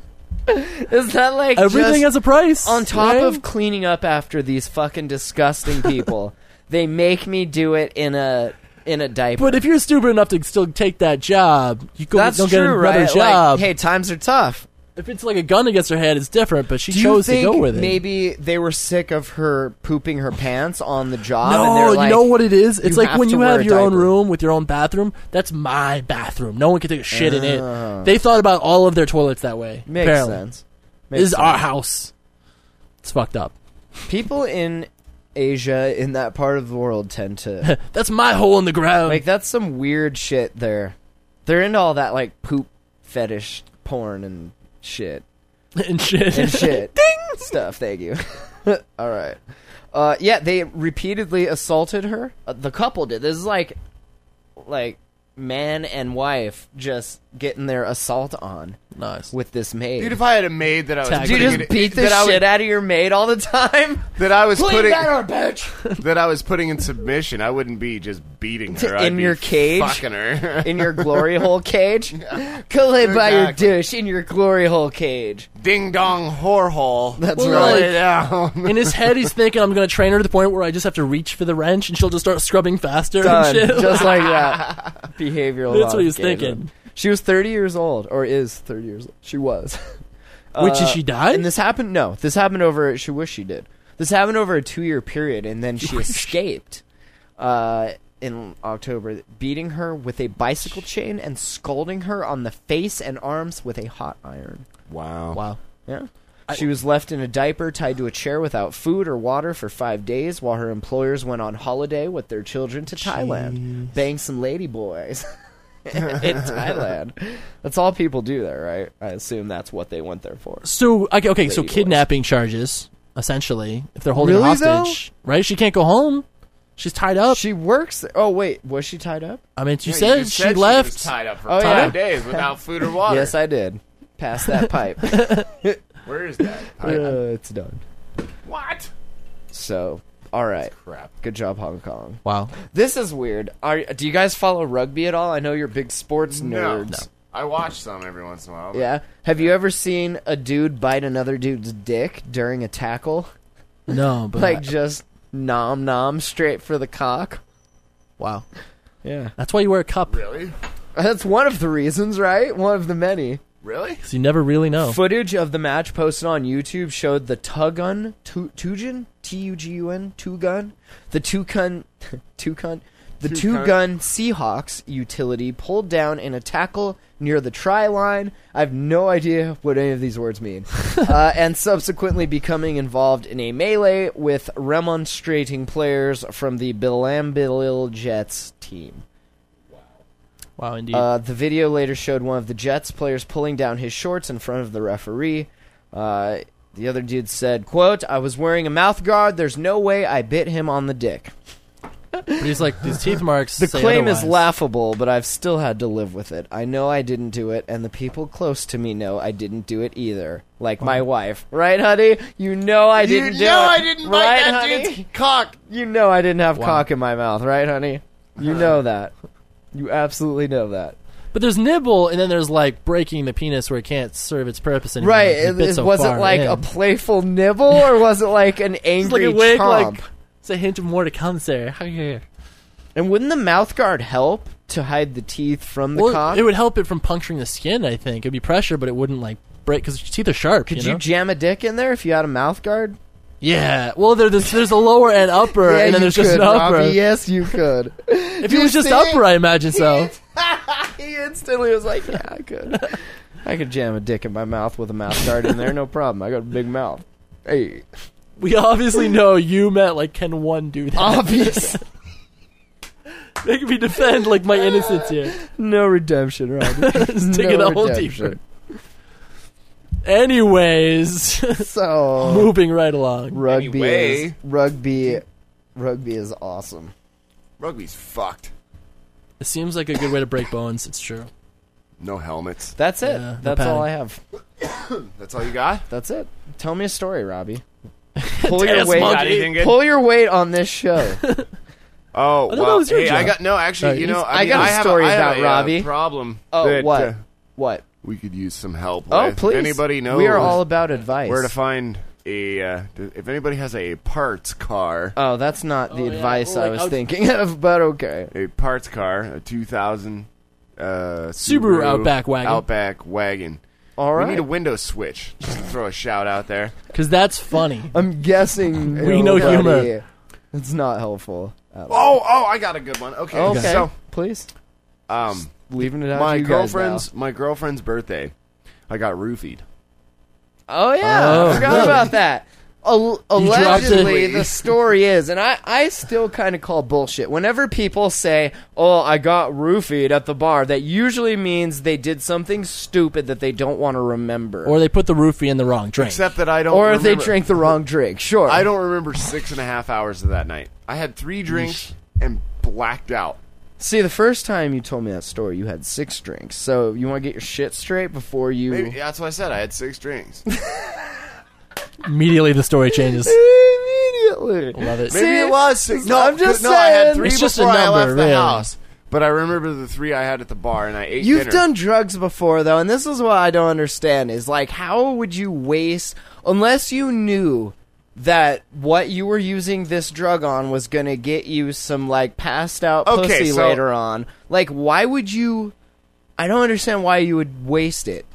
[SPEAKER 1] Is that like
[SPEAKER 3] Everything
[SPEAKER 1] just-
[SPEAKER 3] has a price.
[SPEAKER 1] on top
[SPEAKER 3] right?
[SPEAKER 1] of cleaning up after these fucking disgusting people? they make me do it in a in a diaper.
[SPEAKER 3] But if you're stupid enough to still take that job, you go,
[SPEAKER 1] That's
[SPEAKER 3] don't
[SPEAKER 1] true,
[SPEAKER 3] get another
[SPEAKER 1] right? Like,
[SPEAKER 3] job.
[SPEAKER 1] hey, times are tough.
[SPEAKER 3] if it's like a gun against her head, it's different. But she
[SPEAKER 1] Do
[SPEAKER 3] chose
[SPEAKER 1] you think
[SPEAKER 3] to go with it.
[SPEAKER 1] maybe they were sick of her pooping her pants on the job? and
[SPEAKER 3] No,
[SPEAKER 1] they're
[SPEAKER 3] you
[SPEAKER 1] like,
[SPEAKER 3] know what it is?
[SPEAKER 1] "You
[SPEAKER 3] It's like
[SPEAKER 1] have
[SPEAKER 3] when
[SPEAKER 1] to
[SPEAKER 3] you
[SPEAKER 1] wear
[SPEAKER 3] have
[SPEAKER 1] a
[SPEAKER 3] your own
[SPEAKER 1] diaper."
[SPEAKER 3] room with your own bathroom. That's my bathroom. No one can take a shit in it. They thought about all of their toilets that way.
[SPEAKER 1] Ah. Makes
[SPEAKER 3] apparently.
[SPEAKER 1] sense.
[SPEAKER 3] This
[SPEAKER 1] Makes
[SPEAKER 3] is our house. It's fucked up.
[SPEAKER 1] People in Asia in that part of the world tend to
[SPEAKER 3] That's my hole in the ground.
[SPEAKER 1] Like that's some weird shit there. They're into all that like poop fetish porn and shit.
[SPEAKER 3] and shit.
[SPEAKER 1] And shit. Ding stuff, thank you. all right. Uh yeah, they repeatedly assaulted her. Uh, the couple did. This is like like man and wife just getting their assault on
[SPEAKER 3] nice.
[SPEAKER 1] with this maid.
[SPEAKER 2] Dude, if I had a maid that I was
[SPEAKER 3] Tag.
[SPEAKER 1] Do you
[SPEAKER 2] putting
[SPEAKER 1] just
[SPEAKER 2] it-
[SPEAKER 1] beat the
[SPEAKER 2] that I was-
[SPEAKER 1] shit out of your maid all the time?
[SPEAKER 2] that I was
[SPEAKER 1] Clean
[SPEAKER 2] putting
[SPEAKER 1] better, bitch.
[SPEAKER 2] that I was putting in submission, I wouldn't be just beating her.
[SPEAKER 1] To-
[SPEAKER 2] I'd
[SPEAKER 1] in
[SPEAKER 2] be
[SPEAKER 1] your cage?
[SPEAKER 2] fucking her.
[SPEAKER 1] In your glory hole cage, Kale by your
[SPEAKER 2] Exactly.
[SPEAKER 1] douche in your glory hole cage.
[SPEAKER 2] Ding dong whore hole. That's
[SPEAKER 3] Well, right. like-
[SPEAKER 2] down.
[SPEAKER 3] In his head, he's thinking, "I'm going to train her to the point where I just have to reach for the wrench, and she'll just start scrubbing faster."
[SPEAKER 1] done,
[SPEAKER 3] And shit.
[SPEAKER 1] just like that. Behavioral.
[SPEAKER 3] That's what he was
[SPEAKER 1] modification.
[SPEAKER 3] thinking.
[SPEAKER 1] She was 30 years old, or is 30 years old. She was.
[SPEAKER 3] Which
[SPEAKER 1] Uh,
[SPEAKER 3] is she died?
[SPEAKER 1] And this happened. No, this happened over. She wish she did. This happened over a two-year period, and then she escaped uh, in October, beating her with a bicycle chain and scalding her on the face and arms with a hot iron.
[SPEAKER 2] Wow.
[SPEAKER 3] wow.
[SPEAKER 1] Yeah. She was left in a diaper tied to a chair without food or water for five days while her employers went on holiday with their children to Thailand. Bang some lady boys in Thailand. That's all people do there, right? I assume that's what they went there for.
[SPEAKER 3] So okay, okay so
[SPEAKER 1] Lady boys.
[SPEAKER 3] kidnapping charges essentially. If they're holding her
[SPEAKER 1] Really, though?
[SPEAKER 3] hostage, right? She can't go home. She's tied up.
[SPEAKER 1] She works. There. Oh, wait. Was she tied up?
[SPEAKER 3] I mean, you
[SPEAKER 2] Yeah,
[SPEAKER 3] said,
[SPEAKER 2] you just
[SPEAKER 3] she
[SPEAKER 2] said
[SPEAKER 3] left.
[SPEAKER 2] was tied up for
[SPEAKER 1] Oh,
[SPEAKER 2] five
[SPEAKER 1] yeah?
[SPEAKER 2] days without food or water.
[SPEAKER 1] Yes, I did. Pass that pipe. Uh,
[SPEAKER 2] Where is that?
[SPEAKER 1] it's done.
[SPEAKER 2] What?
[SPEAKER 1] So, all right.
[SPEAKER 2] Crap.
[SPEAKER 1] Good job, Hong Kong.
[SPEAKER 3] Wow.
[SPEAKER 1] This is weird. Are, do you guys follow rugby at all? I know you're big sports
[SPEAKER 2] No.
[SPEAKER 1] nerds.
[SPEAKER 2] I watch some every once in a while. but-
[SPEAKER 1] Yeah. Have you ever seen a dude bite another dude's dick during a tackle?
[SPEAKER 3] No, but
[SPEAKER 1] Like just nom nom straight for the cock?
[SPEAKER 3] wow.
[SPEAKER 1] Yeah.
[SPEAKER 3] That's why you wear a cup.
[SPEAKER 2] Really?
[SPEAKER 1] That's one of the reasons, right? One of the many.
[SPEAKER 2] Really?
[SPEAKER 3] So you never really know.
[SPEAKER 1] Footage of the match posted on YouTube showed the Tugun Tu- Tugun T U G U N Tugun the Tugun Tugun the
[SPEAKER 2] Tugun.
[SPEAKER 1] Tugun Seahawks utility pulled down in a tackle near the try line. I have no idea what any of these words mean, uh, and subsequently becoming involved in a melee with remonstrating players from the Bilambilil Jets team.
[SPEAKER 3] wow, indeed.
[SPEAKER 1] Uh, the video later showed one of the Jets players pulling down his shorts in front of the referee. Uh, the other dude said, "quote I was wearing a mouth guard. There's no way I bit him on the dick."
[SPEAKER 3] But he's like these teeth marks.
[SPEAKER 1] The
[SPEAKER 3] say
[SPEAKER 1] claim is
[SPEAKER 3] otherwise.
[SPEAKER 1] laughable, but I've still had to live with it. I know I didn't do it, and the people close to me know I didn't do it either. Like my wife, right, honey? You know I didn't do
[SPEAKER 2] know
[SPEAKER 1] it.
[SPEAKER 2] I didn't bite
[SPEAKER 1] right,
[SPEAKER 2] that
[SPEAKER 1] honey?
[SPEAKER 2] dude's cock.
[SPEAKER 1] You know I didn't have cock in my mouth, right, honey? You know that. You absolutely know that.
[SPEAKER 3] But there's nibble, and then there's like breaking the penis where it can't serve its purpose anymore.
[SPEAKER 1] Right?
[SPEAKER 3] It
[SPEAKER 1] It,
[SPEAKER 3] bit
[SPEAKER 1] it-
[SPEAKER 3] so
[SPEAKER 1] was it
[SPEAKER 3] far
[SPEAKER 1] like
[SPEAKER 3] in.
[SPEAKER 1] a playful nibble, or was it like an
[SPEAKER 3] It's like
[SPEAKER 1] angry
[SPEAKER 3] a wig,
[SPEAKER 1] chomp?
[SPEAKER 3] like it's a hint of more to come, sir.
[SPEAKER 1] and wouldn't the mouth guard help to hide the teeth from the
[SPEAKER 3] Well,
[SPEAKER 1] cock?
[SPEAKER 3] it would help it from puncturing the skin. I think it'd be pressure, but it wouldn't like break because your teeth are sharp.
[SPEAKER 1] Could
[SPEAKER 3] you
[SPEAKER 1] you
[SPEAKER 3] know?
[SPEAKER 1] jam a dick in there if you had a mouth guard?
[SPEAKER 3] Yeah. Well, there, there's there's a lower and upper,
[SPEAKER 1] Yeah,
[SPEAKER 3] and then
[SPEAKER 1] you
[SPEAKER 3] there's
[SPEAKER 1] could,
[SPEAKER 3] just an upper.
[SPEAKER 1] Robbie, yes, you could.
[SPEAKER 3] If it was just upper, I imagine so.
[SPEAKER 1] he instantly was like, "Yeah, I could. I could jam a dick in my mouth with a mouth guard in there, no problem. I got a big mouth." Hey,
[SPEAKER 3] We obviously know you meant like, can one do that?
[SPEAKER 1] obvious,
[SPEAKER 3] Make me defend like my innocence here.
[SPEAKER 1] no redemption, Robbie.
[SPEAKER 3] Just dig
[SPEAKER 1] No
[SPEAKER 3] it a whole deeper.
[SPEAKER 1] redemption.
[SPEAKER 3] Anyways,
[SPEAKER 1] So
[SPEAKER 3] moving right along.
[SPEAKER 1] rugby, is,
[SPEAKER 2] Anyway.
[SPEAKER 1] rugby, rugby is awesome.
[SPEAKER 2] Rugby's fucked.
[SPEAKER 3] It seems like a good way to break bones. It's true.
[SPEAKER 2] No helmets.
[SPEAKER 1] That's it.
[SPEAKER 3] Yeah, no
[SPEAKER 1] That's all
[SPEAKER 3] padding.
[SPEAKER 1] I have.
[SPEAKER 2] That's all you got.
[SPEAKER 1] That's it. Tell me a story, Robbie. Pull your
[SPEAKER 3] Dance
[SPEAKER 1] weight.
[SPEAKER 3] monkey.
[SPEAKER 2] Got anything good?
[SPEAKER 1] Pull your weight on this show.
[SPEAKER 2] Oh,
[SPEAKER 3] thought
[SPEAKER 2] well,
[SPEAKER 3] that was your
[SPEAKER 2] hey, I
[SPEAKER 3] job.
[SPEAKER 2] got no. Actually,
[SPEAKER 3] Sorry,
[SPEAKER 2] you
[SPEAKER 3] you-
[SPEAKER 2] know,
[SPEAKER 1] I
[SPEAKER 2] I, mean,
[SPEAKER 1] got a
[SPEAKER 2] I have
[SPEAKER 1] story
[SPEAKER 2] I have
[SPEAKER 1] about
[SPEAKER 2] a, uh,
[SPEAKER 1] Robbie.
[SPEAKER 2] problem.
[SPEAKER 1] Oh,
[SPEAKER 2] that,
[SPEAKER 1] what?
[SPEAKER 2] uh,
[SPEAKER 1] what?
[SPEAKER 2] we could use some help.
[SPEAKER 1] Oh,
[SPEAKER 2] with. If
[SPEAKER 1] please.
[SPEAKER 2] anybody knows?
[SPEAKER 1] We are all about advice.
[SPEAKER 2] where to find a. Uh, if anybody has a parts car,
[SPEAKER 1] Oh, that's not the
[SPEAKER 3] yeah,
[SPEAKER 1] advice
[SPEAKER 3] or
[SPEAKER 1] I
[SPEAKER 3] like
[SPEAKER 1] was
[SPEAKER 3] out-
[SPEAKER 1] thinking of, but okay.
[SPEAKER 2] a parts car, a 2000 uh,
[SPEAKER 3] Subaru Outback wagon.
[SPEAKER 2] Outback wagon.
[SPEAKER 1] All
[SPEAKER 2] we
[SPEAKER 1] right.
[SPEAKER 2] need a window switch. Just to throw a shout out there.
[SPEAKER 3] Because that's funny.
[SPEAKER 1] I'm guessing
[SPEAKER 3] We know
[SPEAKER 1] nobody-
[SPEAKER 3] humor.
[SPEAKER 1] It's not helpful. At all.
[SPEAKER 2] Oh, oh, I got a good one. Okay,
[SPEAKER 1] Okay,
[SPEAKER 2] so
[SPEAKER 1] please.
[SPEAKER 2] um,
[SPEAKER 1] Leaving it out
[SPEAKER 2] my
[SPEAKER 1] to you guys now.
[SPEAKER 2] girlfriend's my girlfriend's birthday, I got roofied.
[SPEAKER 1] Oh yeah,
[SPEAKER 3] Oh,
[SPEAKER 1] I forgot
[SPEAKER 3] really?
[SPEAKER 1] about that. Al-
[SPEAKER 3] dropped it.
[SPEAKER 1] allegedly, the story is, and I, I still kind of call bullshit. Whenever people say, "Oh, I got roofied at the bar," that usually means they did something stupid that they don't want to remember,
[SPEAKER 3] Or they put the roofie in the wrong drink.
[SPEAKER 2] Except that I don't.
[SPEAKER 1] Or if they
[SPEAKER 2] remember-
[SPEAKER 1] drank the wrong drink. Sure,
[SPEAKER 2] I don't remember six and a half hours of that night. I had three drinks and blacked out.
[SPEAKER 1] See, the first time you told me that story, you had six drinks. So you want to get your shit straight before you.
[SPEAKER 2] Maybe, that's what I said. I had six drinks.
[SPEAKER 3] Immediately the story changes.
[SPEAKER 1] Immediately.
[SPEAKER 3] Love it.
[SPEAKER 2] Maybe it was six. No,
[SPEAKER 1] I'm just
[SPEAKER 2] no, I
[SPEAKER 1] saying.
[SPEAKER 2] had three
[SPEAKER 3] It's just a
[SPEAKER 2] before I
[SPEAKER 3] number,
[SPEAKER 2] left the
[SPEAKER 3] really.
[SPEAKER 2] house. But I remember the three I had at the bar, and I ate.
[SPEAKER 1] You've
[SPEAKER 2] dinner.
[SPEAKER 1] done drugs before, though, and this is what I don't understand is like, how would you waste, unless you knew that what you were using this drug on was going to get you some, like, passed out
[SPEAKER 2] Okay,
[SPEAKER 1] pussy
[SPEAKER 2] so-
[SPEAKER 1] later on? Like, why would you. I don't understand why you would waste it.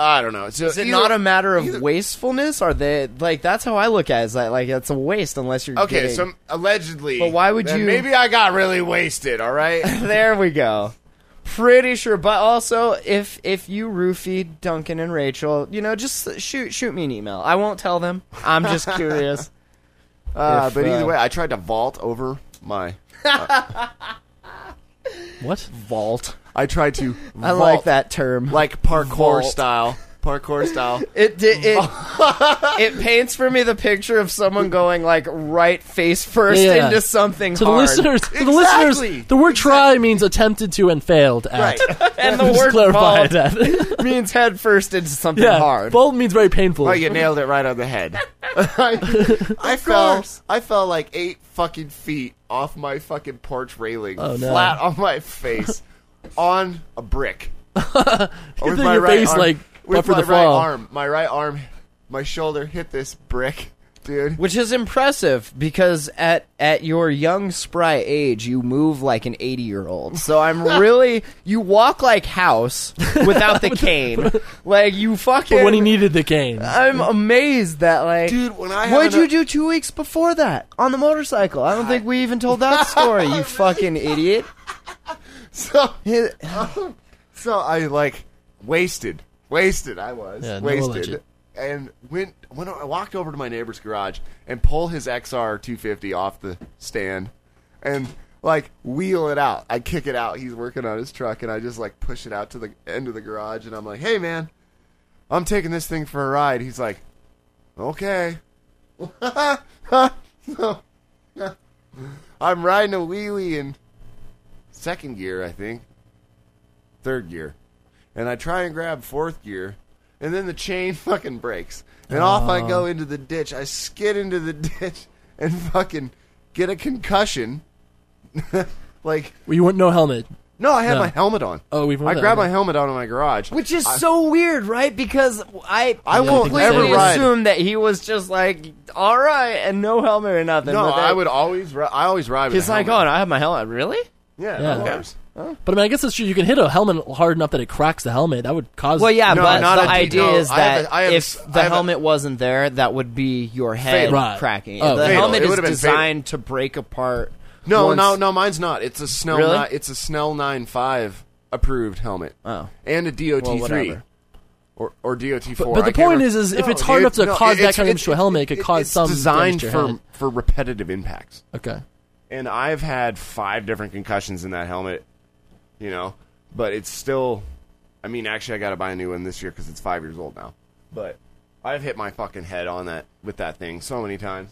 [SPEAKER 2] I don't know. So
[SPEAKER 1] Is it not a matter of wastefulness? Are they like that's how I look at it, is that like it's a waste unless you're
[SPEAKER 2] Okay,
[SPEAKER 1] getting-
[SPEAKER 2] so allegedly.
[SPEAKER 1] But why would
[SPEAKER 2] then
[SPEAKER 1] you-
[SPEAKER 2] Maybe I got really wasted. All right.
[SPEAKER 1] there we go. Pretty sure, but also if if you roofied Duncan and Rachel, you know, just shoot shoot me an email. I won't tell them. I'm just curious.
[SPEAKER 2] Uh,
[SPEAKER 1] If,
[SPEAKER 2] but either
[SPEAKER 1] uh,
[SPEAKER 2] way, I tried to vault over my.
[SPEAKER 3] What?
[SPEAKER 1] Vault.
[SPEAKER 2] I tried to.
[SPEAKER 1] I like that term.
[SPEAKER 2] Like parkour
[SPEAKER 1] Vault.
[SPEAKER 2] style. Parkour style.
[SPEAKER 1] It did it. it paints for me the picture of someone going like right face first
[SPEAKER 3] Yeah.
[SPEAKER 1] into something
[SPEAKER 3] To the
[SPEAKER 1] hard.
[SPEAKER 3] listeners, to the
[SPEAKER 2] Exactly.
[SPEAKER 3] listeners, the word "try" means attempted to and failed at.
[SPEAKER 2] Right.
[SPEAKER 1] and the
[SPEAKER 3] Just
[SPEAKER 1] word
[SPEAKER 3] clarify
[SPEAKER 1] vault
[SPEAKER 3] that.
[SPEAKER 1] means head first into something
[SPEAKER 3] yeah,
[SPEAKER 1] hard.
[SPEAKER 3] Bold means very painful.
[SPEAKER 2] Oh, you nailed it right on the head. I, I fell.
[SPEAKER 1] course.
[SPEAKER 2] I fell like eight fucking feet off my fucking porch railing,
[SPEAKER 3] Oh, no.
[SPEAKER 2] flat on my face, on a brick.
[SPEAKER 3] Good thing your face like
[SPEAKER 2] with
[SPEAKER 3] buffered
[SPEAKER 2] my
[SPEAKER 3] the
[SPEAKER 2] right
[SPEAKER 3] fall.
[SPEAKER 2] arm, my right arm, my shoulder hit this brick, dude.
[SPEAKER 1] which is impressive because at at your young spry age you move like an 80 year old so i'm really you walk like house without the cane like you fucking
[SPEAKER 3] But when he needed the cane,
[SPEAKER 1] i'm amazed that like
[SPEAKER 2] Dude, when I
[SPEAKER 1] what'd
[SPEAKER 2] have
[SPEAKER 1] you
[SPEAKER 2] an-
[SPEAKER 1] do two weeks before that on the motorcycle i don't think we even told that story you fucking idiot
[SPEAKER 2] So,
[SPEAKER 1] Hit-
[SPEAKER 2] so I like wasted, wasted. I was
[SPEAKER 3] Yeah, no, we'll let
[SPEAKER 2] wasted,
[SPEAKER 3] you.
[SPEAKER 2] and went when I walked over to my neighbor's garage and pull his XR 250 off the stand, and like wheel it out. I kick it out. He's working on his truck, and I just like push it out to the end of the garage, and I'm like, "Hey, man, I'm taking this thing for a ride." He's like, "Okay." so, I'm riding a wheelie in second gear, I think, third gear, and I try and grab fourth gear, and then the chain fucking breaks, and off I go into the ditch. I skid into the ditch and fucking get a concussion. like,
[SPEAKER 3] Well, you weren't no helmet.
[SPEAKER 2] no, I had
[SPEAKER 3] No.
[SPEAKER 2] my helmet on.
[SPEAKER 3] Oh, we've
[SPEAKER 2] I
[SPEAKER 3] learned that,
[SPEAKER 2] grabbed my
[SPEAKER 3] okay.
[SPEAKER 2] helmet on in my garage,
[SPEAKER 1] Which is so weird, right? Because I
[SPEAKER 2] I won't
[SPEAKER 1] completely
[SPEAKER 2] ever ride.
[SPEAKER 1] assumed that he was just like, all right, and no helmet or nothing.
[SPEAKER 2] No,
[SPEAKER 1] but that-
[SPEAKER 2] I would always. Ri- I always ride. with
[SPEAKER 1] He's
[SPEAKER 2] a
[SPEAKER 1] like, oh,
[SPEAKER 2] helmet.
[SPEAKER 1] and I have my helmet. Really?
[SPEAKER 2] yeah,
[SPEAKER 3] Yeah.
[SPEAKER 2] of course.
[SPEAKER 3] But I mean, I guess that's true. You can hit a helmet hard enough that it cracks the helmet. That would cause.
[SPEAKER 1] Well, yeah,
[SPEAKER 2] No,
[SPEAKER 1] but
[SPEAKER 2] not
[SPEAKER 1] the
[SPEAKER 2] a
[SPEAKER 1] idea
[SPEAKER 2] detail.
[SPEAKER 1] is
[SPEAKER 2] I have
[SPEAKER 1] that
[SPEAKER 2] a- I have a s-
[SPEAKER 1] if
[SPEAKER 2] I
[SPEAKER 1] the
[SPEAKER 2] have a-
[SPEAKER 1] helmet wasn't there, that would be your head
[SPEAKER 3] Fatal. Right.
[SPEAKER 1] cracking.
[SPEAKER 3] Oh,
[SPEAKER 1] the
[SPEAKER 3] fatal.
[SPEAKER 1] helmet
[SPEAKER 2] It
[SPEAKER 1] is
[SPEAKER 2] would've been fatal.
[SPEAKER 1] designed to break apart.
[SPEAKER 2] No,
[SPEAKER 1] once-
[SPEAKER 2] no, no. Mine's not. It's a Snell.
[SPEAKER 1] Really?
[SPEAKER 2] Ni- it's a Snell nine five approved helmet.
[SPEAKER 1] Oh.
[SPEAKER 2] and a DOT
[SPEAKER 1] Well,
[SPEAKER 2] three.
[SPEAKER 1] whatever.
[SPEAKER 2] Or, or DOT four.
[SPEAKER 3] but the point is- is if it's hard enough to cause that kind of damage to a helmet, it could cause
[SPEAKER 2] it's
[SPEAKER 3] some
[SPEAKER 2] designed
[SPEAKER 3] damage to your
[SPEAKER 2] for
[SPEAKER 3] head.
[SPEAKER 2] for repetitive impacts.
[SPEAKER 3] Okay.
[SPEAKER 2] And I've had five different concussions in that helmet. You know, but it's still. I mean, actually, I got to buy a new one this year because it's five years old now. But I've hit my fucking head on that with that thing so many times.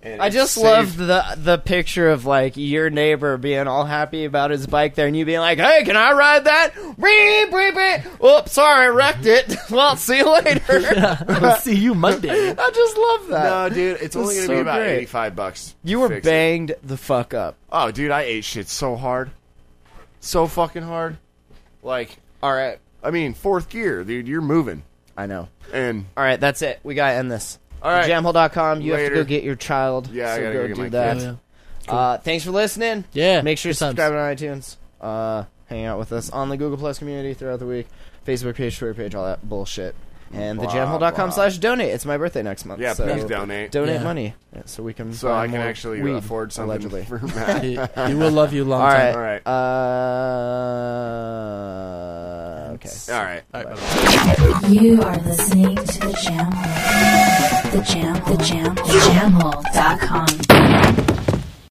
[SPEAKER 2] And
[SPEAKER 1] I
[SPEAKER 2] it's
[SPEAKER 1] just
[SPEAKER 2] saved-
[SPEAKER 1] love the the picture of like your neighbor being all happy about his bike there, and you being like, "Hey, can I ride that?" Beep, beep, beep. Oops, sorry, wrecked it. well, see you later.
[SPEAKER 3] I'll see you Monday.
[SPEAKER 1] I just love that.
[SPEAKER 2] No, dude, it's only
[SPEAKER 1] That's
[SPEAKER 2] going to be
[SPEAKER 1] so
[SPEAKER 2] about
[SPEAKER 1] great.
[SPEAKER 2] 85 bucks.
[SPEAKER 1] you were
[SPEAKER 2] Fix it.
[SPEAKER 1] banged the fuck up.
[SPEAKER 2] Oh, dude, I ate shit so hard. So fucking hard. Like,
[SPEAKER 1] All right,
[SPEAKER 2] I mean, fourth gear, dude, you're moving.
[SPEAKER 1] I know.
[SPEAKER 2] And
[SPEAKER 1] All right, that's it. We gotta end this.
[SPEAKER 2] All right.
[SPEAKER 1] Jamhole.com. You have
[SPEAKER 2] Later.
[SPEAKER 1] to go get your child.
[SPEAKER 2] Yeah, I
[SPEAKER 1] so
[SPEAKER 2] gotta
[SPEAKER 1] go
[SPEAKER 2] go get
[SPEAKER 1] do
[SPEAKER 2] my
[SPEAKER 1] that.
[SPEAKER 2] kids.
[SPEAKER 3] Yeah.
[SPEAKER 1] Uh, thanks for listening.
[SPEAKER 3] Yeah,
[SPEAKER 1] Make sure you
[SPEAKER 3] good times.
[SPEAKER 1] subscribe on iTunes. Uh, hang out with us on the Google Plus community throughout the week. Facebook page, Twitter page, all that bullshit. And thejamhole.com slash donate. It's my birthday next month.
[SPEAKER 2] yeah,
[SPEAKER 1] so
[SPEAKER 2] please donate.
[SPEAKER 1] Donate
[SPEAKER 3] Yeah.
[SPEAKER 1] money yeah, so we can.
[SPEAKER 2] so
[SPEAKER 1] buy
[SPEAKER 2] I can
[SPEAKER 1] more
[SPEAKER 2] actually
[SPEAKER 1] weed,
[SPEAKER 2] afford something
[SPEAKER 1] Allegedly.
[SPEAKER 2] for Matt.
[SPEAKER 3] he, he will love you long
[SPEAKER 1] all
[SPEAKER 3] time.
[SPEAKER 1] right.
[SPEAKER 2] All right.
[SPEAKER 1] Uh, okay.
[SPEAKER 2] All right.
[SPEAKER 5] You are listening to the Jam Hole. The Jam, the Jam, the Jam Hole dot com.